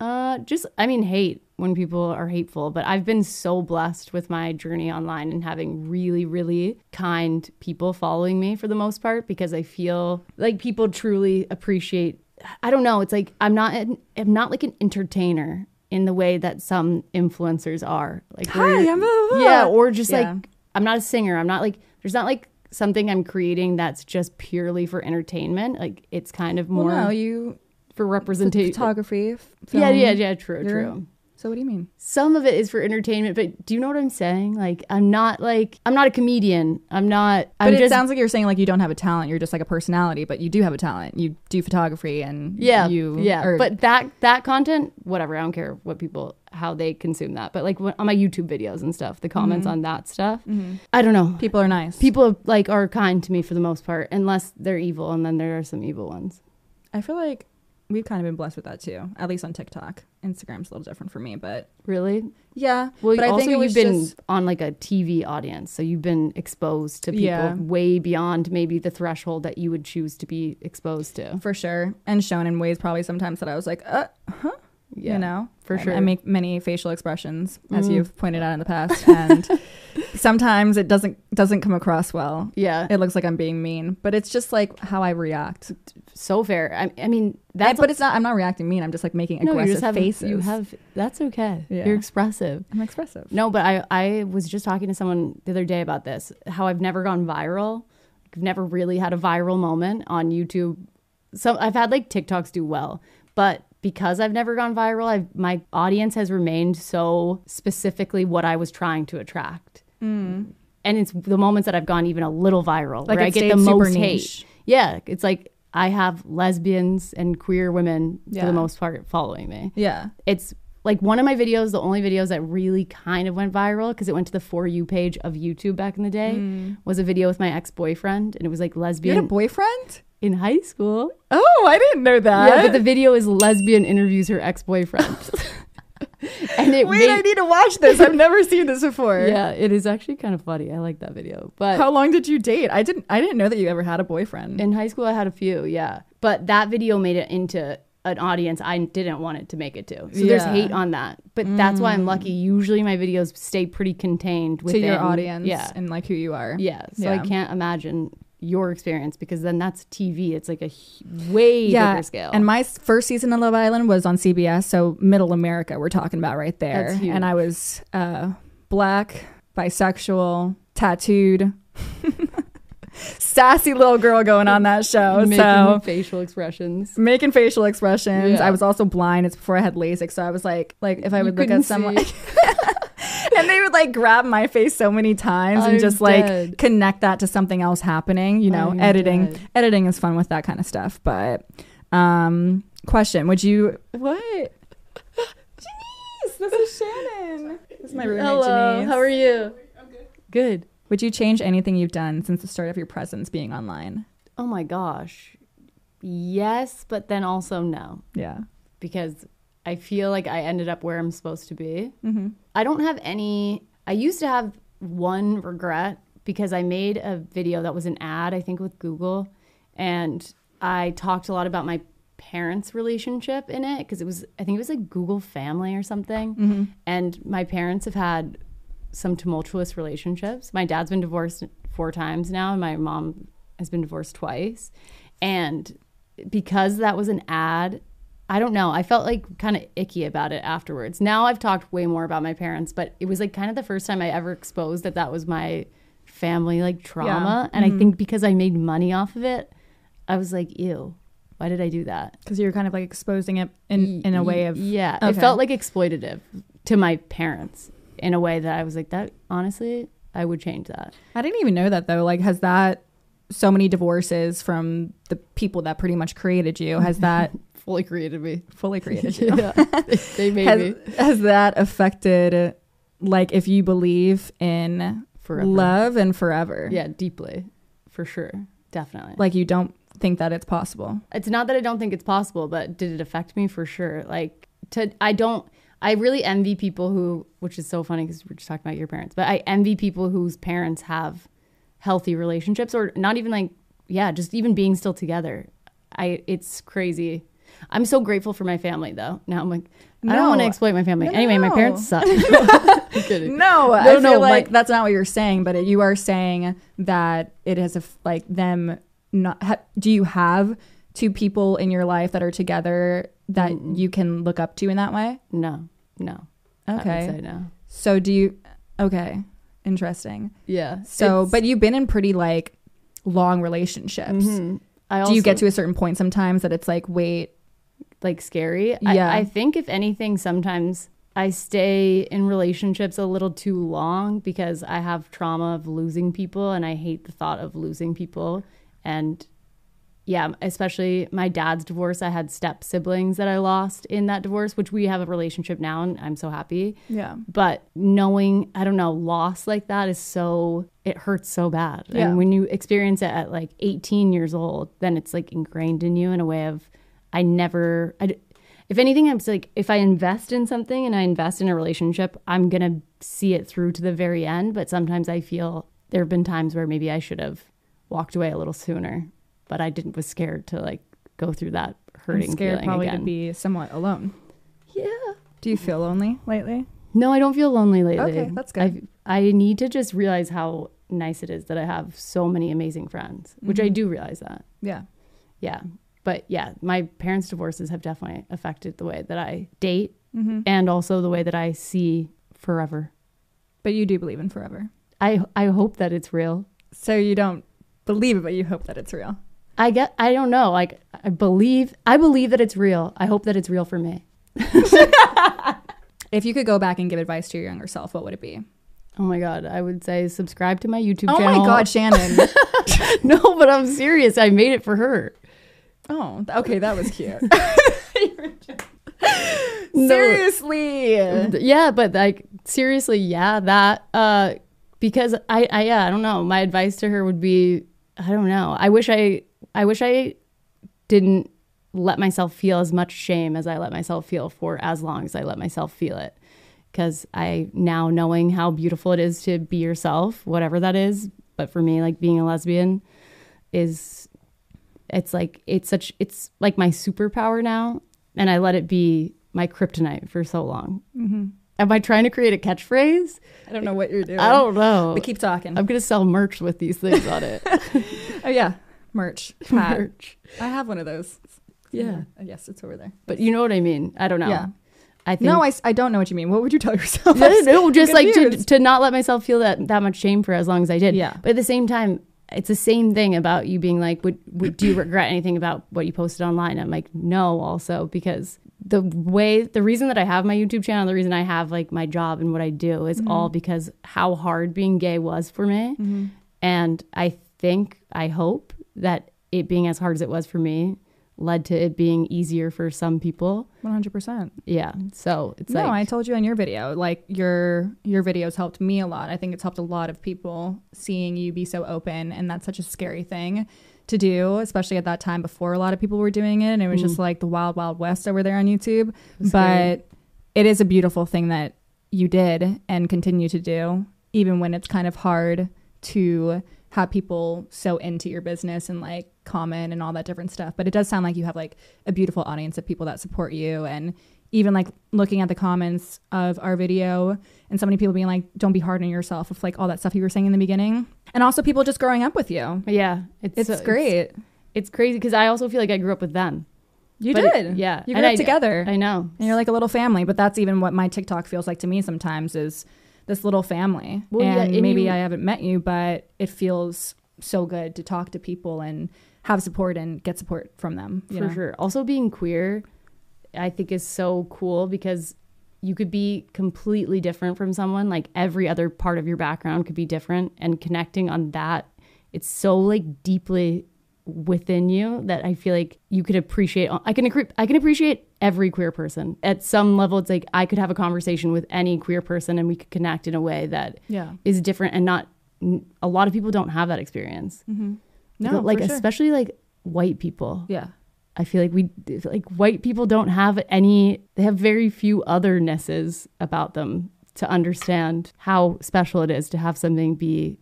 uh, just I mean, hate when people are hateful. But I've been so blessed with my journey online and having really, really kind people following me for the most part because I feel like people truly appreciate I don't know. It's like I'm not an, I'm not like an entertainer in the way that some influencers are. Like where- Hi, I'm a- yeah, or just Yeah. like I'm not a singer. I'm not like there's not like something I'm creating that's just purely for entertainment. Like it's kind of more Well, no, you for representation. photography. f- yeah, film, yeah, yeah. True, you're- true. So what do you mean? Some of it is for entertainment, but do you know what I'm saying? Like I'm not like I'm not a comedian. I'm not. But I'm it just, sounds like you're saying like you don't have a talent. You're just like a personality, but you do have a talent. You do photography and yeah you yeah are- but that that content whatever i don't care what people how they consume that but like when, on my youtube videos and stuff the Mm-hmm. comments on that stuff i don't know people are nice. people like are kind to me for the most part unless they're evil and then there are some evil ones I feel like we've kind of been blessed with that too. At least on TikTok, Instagram's a little different for me, but really yeah. well but also I think it was you've been just- on like a tv audience so you've been exposed to people Yeah. way beyond maybe the threshold that you would choose to be exposed to for sure and shown in ways probably sometimes that I was like, uh, yeah you know, for I- sure Mm-hmm. I make many facial expressions as you've pointed out in the past, and sometimes it doesn't doesn't come across well. yeah It looks like I'm being mean, but it's just like how I react. so fair i, I mean that's but it's not. I'm not reacting mean. I'm just like making aggressive you just have, faces. You have that's okay. Yeah. You're expressive. I'm expressive. No, but I I was just talking to someone the other day about this. How I've never gone viral. I've never really had a viral moment on YouTube. So I've had like TikToks do well, but because I've never gone viral, I've my audience has remained so specifically what I was trying to attract. Mm. And it's the moments that I've gone even a little viral Like where it I get stayed the super most niche. hate. Yeah, it's like I have lesbians and queer women for Yeah. the most part following me Yeah. it's like one of my videos, the only videos that really kind of went viral because it went to the for you page of YouTube back in the day was a video with my ex boyfriend, and it was like You had Mm. a lesbian boyfriend? in high school. Oh, I didn't know that. Yeah, but the video is lesbian interviews her ex boyfriend, and it Wait, made- I need to watch this. I've never seen this before. yeah, it is actually kind of funny. I like that video, but How long did you date? I didn't. I didn't know that you ever had a boyfriend. in high school I had a few, yeah, but that video made it into an audience I didn't want it to make it to. So there's Yeah. Mm. hate on that. But that's why I'm lucky. Usually my videos stay pretty contained to within your audience Yeah. and like who you are. Yeah. So Yeah. I can't imagine your experience because then that's TV. It's like a h- way bigger scale. And my s- first season of Love Island was on CBS, so Middle America we're talking about right there. That's huge. And I was uh, black, bisexual, tattooed, sassy little girl going on that show. making so facial expressions. making facial expressions. Yeah. I was also blind. It's before I had LASIK, so I was like, like if I You would look couldn't at someone, see. and they would like grab my face so many times and I'm just like dead. connect that to something else happening. You know, I'm editing, dead. editing is fun with that kind of stuff. But um, question: Would you what? Janice, this is Shannon. This is my roommate Hello. Janice. How are you? Good. Good. Would you change anything you've done since the start of your presence being online? Oh my gosh. Yes, but then also no Yeah. because I feel like I ended up where I'm supposed to be. Mm-hmm. I don't have any. I used to have one regret because I made a video that was an ad, I think, with Google, and I talked a lot about my parents' relationship in it because it was, I think it was like Google Family or something. And my parents have had some tumultuous relationships. My dad's been divorced four times now, and my mom has been divorced twice. And because that was an ad, I don't know. I felt like kind of icky about it afterwards. Now I've talked way more about my parents, but it was like kind of the first time I ever exposed that that was my family like trauma. And I think because I made money off of it, I was like, ew, why did I do that? Because you're kind of like exposing it in in a way of yeah, it Okay. felt like exploitative to my parents in a way that I was like, that honestly, I would change that. I didn't even know that though. Like, has that so many divorces from the people that pretty much created you? Has that Fully created me. fully created you? Yeah, they made has, me has that affected, like, if you believe in forever. love and forever? Yeah, deeply, for sure, definitely. Like, you don't think that it's possible. it's not that I don't think it's possible, but did it affect me for sure? Like to I don't I really envy people who which is so funny because we're just talking about your parents, but I envy people whose parents have healthy relationships or not even like yeah, just even being still together. I it's crazy. I'm so grateful for my family though. Now I'm like I No. don't want to exploit my family. No, no, anyway, my no. parents suck. I'm kidding. No, I No, feel no, my- like that's not what you're saying, but it, you are saying that it has, a, like, them not. Ha- do you have to people in your life that are together that you can look up to in that way? No, no. I Okay. would say no. So do you okay. Interesting. Yeah. So but you've been in pretty like long relationships. mm-hmm. I also, Do you get to a certain point sometimes that it's like, wait, like scary? Yeah. I, I think if anything, sometimes I stay in relationships a little too long because I have trauma of losing people, and I hate the thought of losing people. And yeah, especially my dad's divorce. I had step siblings that I lost in that divorce, which we have a relationship now, and I'm so happy. yeah. but knowing i don't know loss like that is so it hurts so bad Yeah. and when you experience it at like 18 years old then it's like ingrained in you in a way of i never I, d- if anything i'm just like if i invest in something and i invest in a relationship i'm gonna see it through to the very end but sometimes i feel there have been times where maybe i should have walked away a little sooner but i didn't was scared to like go through that I'm hurting scared feeling probably again. to be somewhat alone. yeah Do you feel lonely lately? No, I don't feel lonely lately. Okay, that's good. I, I need to just realize how nice it is that I have so many amazing friends, which Mm-hmm. I do realize that. Yeah. Yeah. But yeah, my parents' divorces have definitely affected the way that I date Mm-hmm. and also the way that I see forever. But you do believe in forever. I I hope that it's real. So you don't believe it, but you hope that it's real. I get I don't know, like I believe I believe that it's real. I hope that it's real for me. If you could go back and give advice to your younger self, what would it be? Oh my god, I would say subscribe to my YouTube Oh channel. my God, Shannon. No, but I'm serious. I made it for her. oh, th- okay, that was cute. No. Seriously. Th- yeah but like seriously yeah that uh because I, I yeah i don't know my advice to her would be i don't know i wish i i wish i didn't let myself feel as much shame as i let myself feel for as long as i let myself feel it because i now knowing how beautiful it is to be yourself whatever that is but for me like being a lesbian is it's like it's such it's like my superpower now and i let it be my kryptonite for so long am i trying to create a catchphrase Mm-hmm. I don't know what you're doing. i don't know But keep talking. i'm gonna sell merch with these things on it oh, yeah. Merch. Hat. merch I have one of those. Uh, yeah Yes, it's over there. but you know what i mean i don't know Yeah. i think No, I, s- I don't know what you mean. What would you tell yourself? no, no, no, just like to, confused. to not let myself feel that that much shame for as long as I did. Yeah. But at the same time, it's the same thing about you being like, would, would do you regret anything about what you posted online? I'm like, no, also because the way, the reason that I have my YouTube channel, the reason I have like my job and what I do Mm-hmm. is all because how hard being gay was for me, and I think I hope that it being as hard as it was for me led to it being easier for some people. 100%. Yeah. So it's no, like I told you in your video, like your your videos helped me a lot. I think it's helped a lot of people seeing you be so open, and that's such a scary thing to do, especially at that time before a lot of people were doing it, and it was Mm-hmm. just like the wild wild west over there on YouTube. was But it is a beautiful thing that you did and continue to do, even when it's kind of hard to have people so into your business and like comment and all that different stuff. But it does sound like you have like a beautiful audience of people that support you and even like looking at the comments of our video and so many people being like, Don't be hard on yourself with like all that stuff you were saying in the beginning. And also people just growing up with you. yeah, it's, It's so- great. It's crazy because I also feel like I grew up with them. you but it- did. yeah, You and grew I- up together. I know. And you're like a little family, but that's even what my TikTok feels like to me sometimes is this little family. Well, yeah, and and maybe you- I haven't met you, but it feels so good to talk to people and have support and get support from them. you for know? sure. Also, being queer, I think is so cool because you could be completely different from someone. Like every other part of your background could be different, and connecting on that, it's so like deeply within you that I feel like you could appreciate. I can agree, I can appreciate every queer person at some level. It's like I could have a conversation with any queer person, and we could connect in a way that Yeah. is different and not. A lot of people don't have that experience. No, like for sure. especially like white people. Yeah. I feel like we like white people don't have any they have very few othernesses about them to understand how special it is to have something be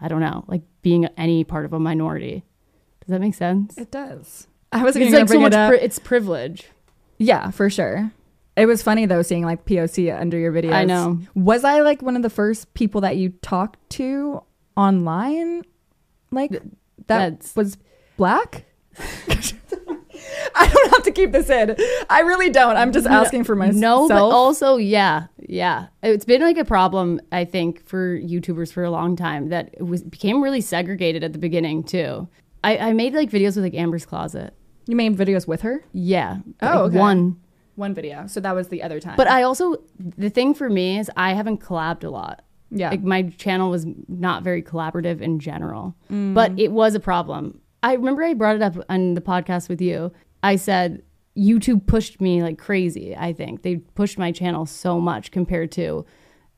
I don't know, like being any part of a minority. Does that make sense? It does. I was going It's to like bring so much it up. pri- it's privilege. yeah, for sure. It was funny though seeing like POC under your videos. I know. Was I like one of the first people that you talked to online? Like that that's- was black? I don't have to keep this in. I really don't. I'm just asking for myself. No, but also, yeah, yeah. It's been like a problem, I think, for YouTubers for a long time that it was became really segregated at the beginning too. I, I made like videos with like Amber's Closet. you made videos with her. Yeah. Oh, like, okay. one. One video. So that was the other time. But I also the thing for me is I haven't collabed a lot. Yeah. Like my channel was not very collaborative in general. But it was a problem. I remember I brought it up on the podcast with you. I said YouTube pushed me like crazy, I think. They pushed my channel so much compared to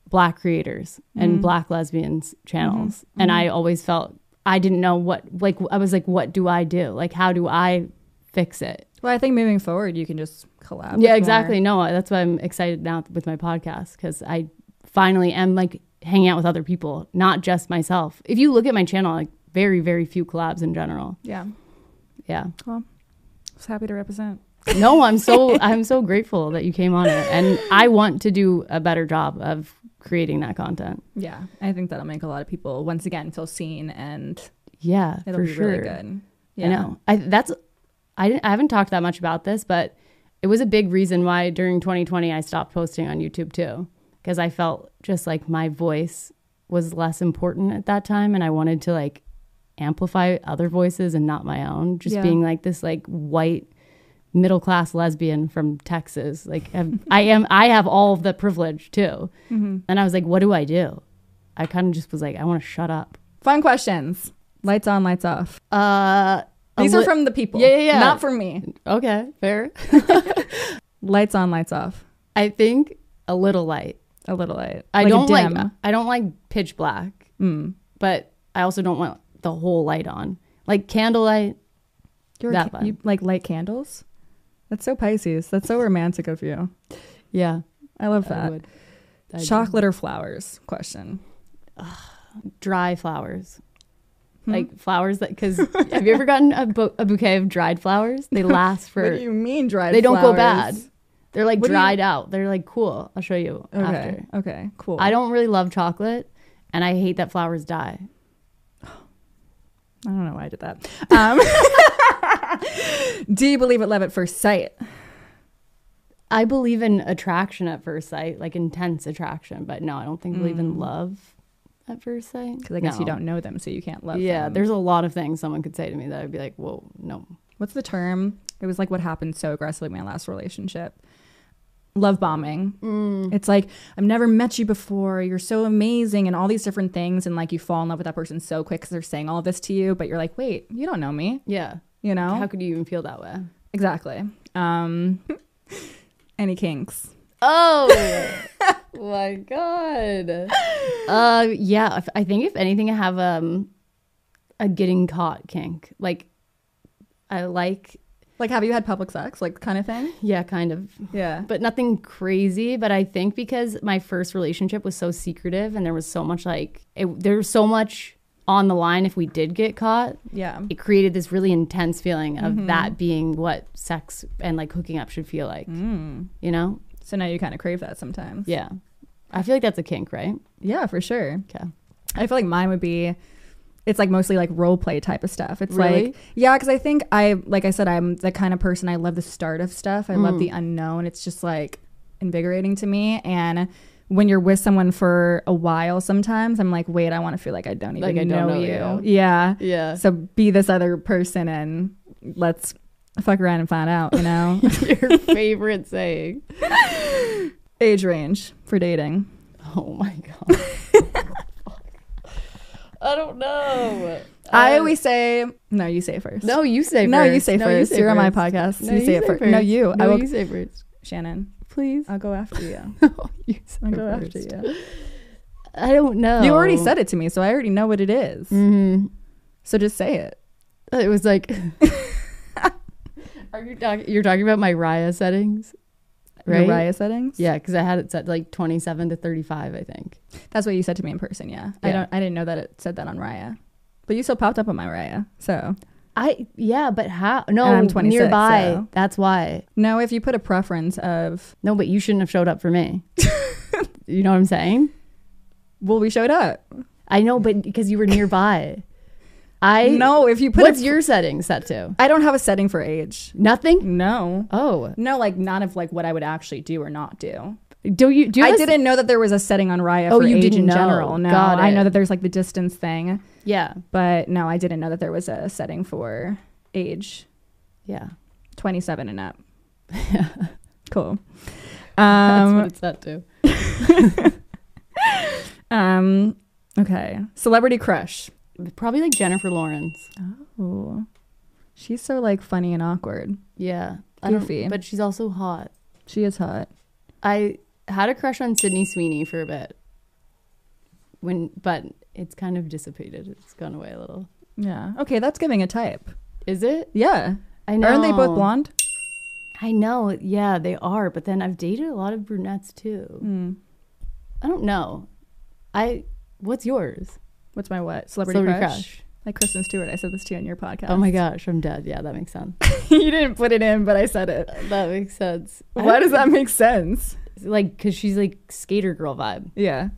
black creators and black lesbians channels. And I always felt I didn't know what like I was like what do I do? Like how do I fix it? well, I think moving forward, you can just collab. yeah with exactly more. no that's why i'm excited now with my podcast because i finally am like hanging out with other people not just myself if you look at my channel like very very few collabs in general Yeah. yeah Well, I was happy to represent. no i'm so i'm so grateful that you came on it and i want to do a better job of creating that content Yeah, I think that'll make a lot of people once again feel seen, and yeah it'll for be sure really good. Yeah. I know. I that's I didn't I haven't talked that much about this, but it was a big reason why during 2020 I stopped posting on YouTube too because I felt just like my voice was less important at that time and I wanted to like amplify other voices and not my own. Just Yeah. being like this like white middle class lesbian from Texas. Like have, I am I have all of the privilege too. Mm-hmm. And I was like what do I do? I kind of just was like I want to shut up. Fun questions. Lights on, lights off. Uh a These li- are from the people. Yeah, yeah, yeah. Not from me. Okay, fair. Lights on, lights off. I think a little light. A little light. I Like Mm. a don't like dim. I don't like pitch black, but I also don't want the whole light on. Like candlelight, You're that ca- vibe. you like light candles. That's so Pisces. That's so romantic of you. yeah, I love I that. would. I do. Chocolate or flowers? Question. dry flowers, Hmm? like flowers that. Because have you ever gotten a, bu- a bouquet of dried flowers? They last for. what do you mean dried? they don't go bad. flowers? They're like What do you- dried out. They're like cool. I'll show you Okay. after. Okay. Cool. I don't really love chocolate, and I hate that flowers die. I don't know why I did that. Um, do you believe it love at first sight? I believe in attraction at first sight, like intense attraction, but no, I don't think I believe in love at first sight. Because Mm. I guess you No. don't know them, so you can't love yeah, them. there's a lot of things someone could say to me that I'd be like, "Whoa, no." What's the term? It was like what happened so aggressively in my last relationship. Love bombing. It's like, I've never met you before. You're so amazing, and all these different things. And like, you fall in love with that person so quick because they're saying all of this to you, but you're like, wait, you don't know me, Yeah, you know? how could you even feel that way? exactly. Um, any kinks? Oh my god. Uh, yeah, if- I think if anything, I have um a getting caught kink. Like, I like Like, have you had public sex? Like, kind of thing? yeah, kind of Yeah. But but nothing crazy. But I think because my first relationship was so secretive and there was so much like it, there was so much on the line if we did get caught, yeah. it created this really intense feeling of Mm-hmm. that being what sex and like hooking up should feel like. Mm. You know? So now you kind of crave that sometimes. Yeah. I feel like that's a kink, right? Yeah, for sure. Okay. I feel like mine would be it's like mostly like role play type of stuff. It's Really? like yeah, cuz I think I like I said I'm the kind of person I love the start of stuff. I love the Mm. unknown. It's just like invigorating to me and when you're with someone for a while sometimes I'm like wait, I want to feel like I don't even Like I know, don't know you. Yeah. Yeah. So be this other person and let's fuck around and find out, you know. Your favorite saying. Age range for dating. Oh my god. I don't know. I Um, always say no, you say first. No, you say No, first. you say first. You are on my podcast. No, you, say it first. No, you. I will. you say first. Shannon, Please. I'll go after you. you say I'll go after first. you. I don't know. You already said it to me, so I already know what it is. Mhm. So just say it. Uh, It was like. are you talking? You're talking about my Raya settings, Right? right? Your Raya settings. Yeah, because I had it set like 27 to 35, I think. that's what you said to me in person. Yeah. I Yeah. don't. I didn't know that it said that on Raya, but you still popped up on my Raya. So I yeah, but how? No, And I'm 26, nearby. so- That's why. no, if you put a preference of No, but you shouldn't have showed up for me. you know what I'm saying? well, we showed up. I know, but because you were nearby. I No, if you put What's it- your setting set to? I don't have a setting for age. Nothing. No. Oh, No, like not of like what I would actually do or not do. do you do? You I have a- didn't know that there was a setting on Raya Oh, for you age didn't in know. general. No, Got I it. know that there's like the distance thing, Yeah, but no, I didn't know that there was a setting for age yeah. 27 and up. cool. That's Um, what it's set to. um, okay. Celebrity crush. Probably like Jennifer Lawrence. Oh, she's so like funny and awkward. Yeah, Goofy. but she's also hot. She is hot. I had a crush on Sydney Sweeney for a bit. When, but it's kind of dissipated. It's gone away a little. Yeah. Okay, that's giving a type. Is it? Yeah. I know. Aren't they both blonde? I know. Yeah, they are. But then I've dated a lot of brunettes too. Hmm. I don't know. I. What's yours? What's my what? Celebrity, Celebrity crush? crush. Like Kristen Stewart. I said this to you on your podcast. Oh my gosh, I'm dead. Yeah, that makes sense. you didn't put it in, but I said it. that makes sense. I Why don't- does that make sense? Like, cause she's like skater girl vibe. Yeah.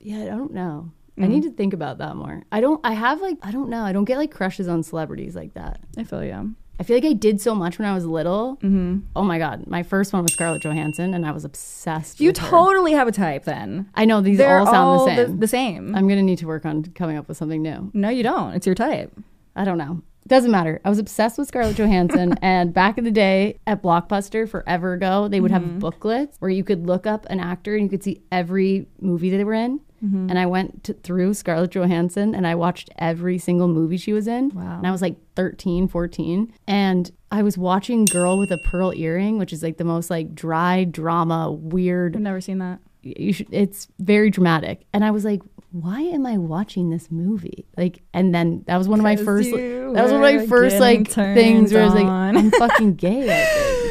Yeah, I don't know. I Mm. need to think about that more. I don't. I have like I don't know. I don't get like crushes on celebrities like that. I feel you. I feel like I did so much when I was little. Mm-hmm. Oh my god, my first one was Scarlett Johansson, and I was obsessed. You with her. totally have a type then. I know these They're all sound the same. The, same. I'm gonna need to work on coming up with something new. no, you don't. It's your type. I don't know. Doesn't matter. I was obsessed with Scarlett Johansson, and back in the day at Blockbuster, forever ago, they would have booklets where you could look up an actor and you could see every movie that they were in. And I went to, through Scarlett Johansson and I watched every single movie she was in. Wow. And I was like 13, 14, and I was watching Girl with a Pearl Earring, which is like the most like dry drama, weird I've never seen that. you should it's very dramatic and i was like why am i watching this movie like and then that was one of my 'Cause first you that was one of my were first like getting things where i was like turned on. i'm fucking gay I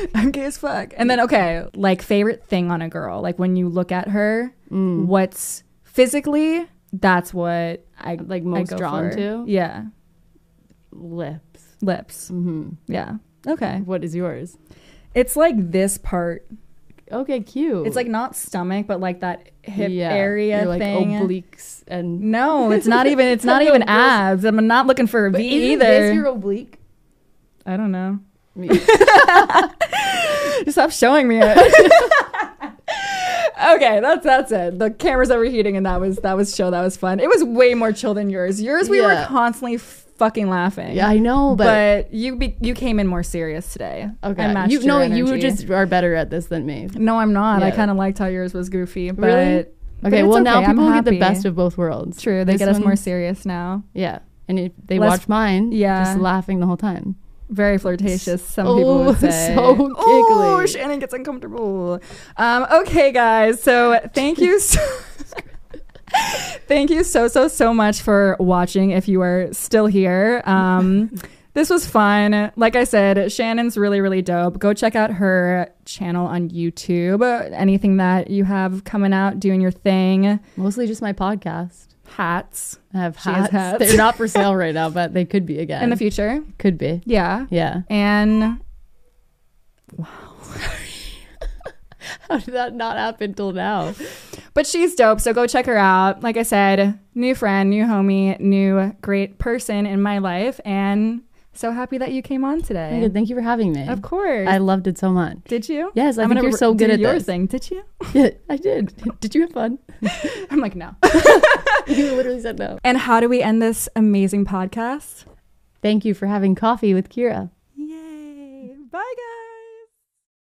think. I'm gay as fuck. And then okay, like favorite thing on a girl, like when you look at her, what's physically, that's what I Like I most go drawn for. to? Yeah, lips lips. hmm Yeah. Okay. what is yours It's like this part. okay cute It's like not stomach, but like that hip Yeah. area You're like thing. obliques and No, it's not even. It's not even abs. I'm not looking for a V Isn't either. this your oblique I don't know. Me. Stop showing me it. okay, that's that's it. The camera's overheating, and that was that was chill. That was fun. It was way more chill than yours. Yours, we were Yeah. constantly fucking laughing. yeah i know but, but, you be, you came in more serious today. okay I matched you your no you energy. just are better at this than me no, I'm not. I Yeah. kind of liked how yours was goofy, but Really? but okay it's well now I'm people get the happy. best of both worlds True, they This get us one- more serious now. Yeah. And if they Less- watch mine, yeah. just laughing the whole time. Very flirtatious, some people would Oh, say. so giggly. Oh, Shannon gets uncomfortable. Um, okay, guys. So thank you so Thank you so so so much for watching if you are still here. Um This was fun. Like I said, Shannon's really, really dope. Go check out her channel on YouTube. Anything that you have coming out, doing your thing. Mostly just my podcast. Hats I have She has hats. hats. They're not for sale right now, but they could be again. in the future. could be. Yeah. Yeah. And How did that not happen till now? But she's dope, so go check her out. Like I said, new friend, new homie, new great person in my life, and so happy that you came on today. Okay, Thank you for having me. Of course. I loved it so much. did you? Yes, I I'm think gonna you're so re- good do at your this. thing. Did you? Yeah, I did. Did you have fun? I'm like no. You literally said no. and how do we end this amazing podcast? Thank you for having coffee with Kira.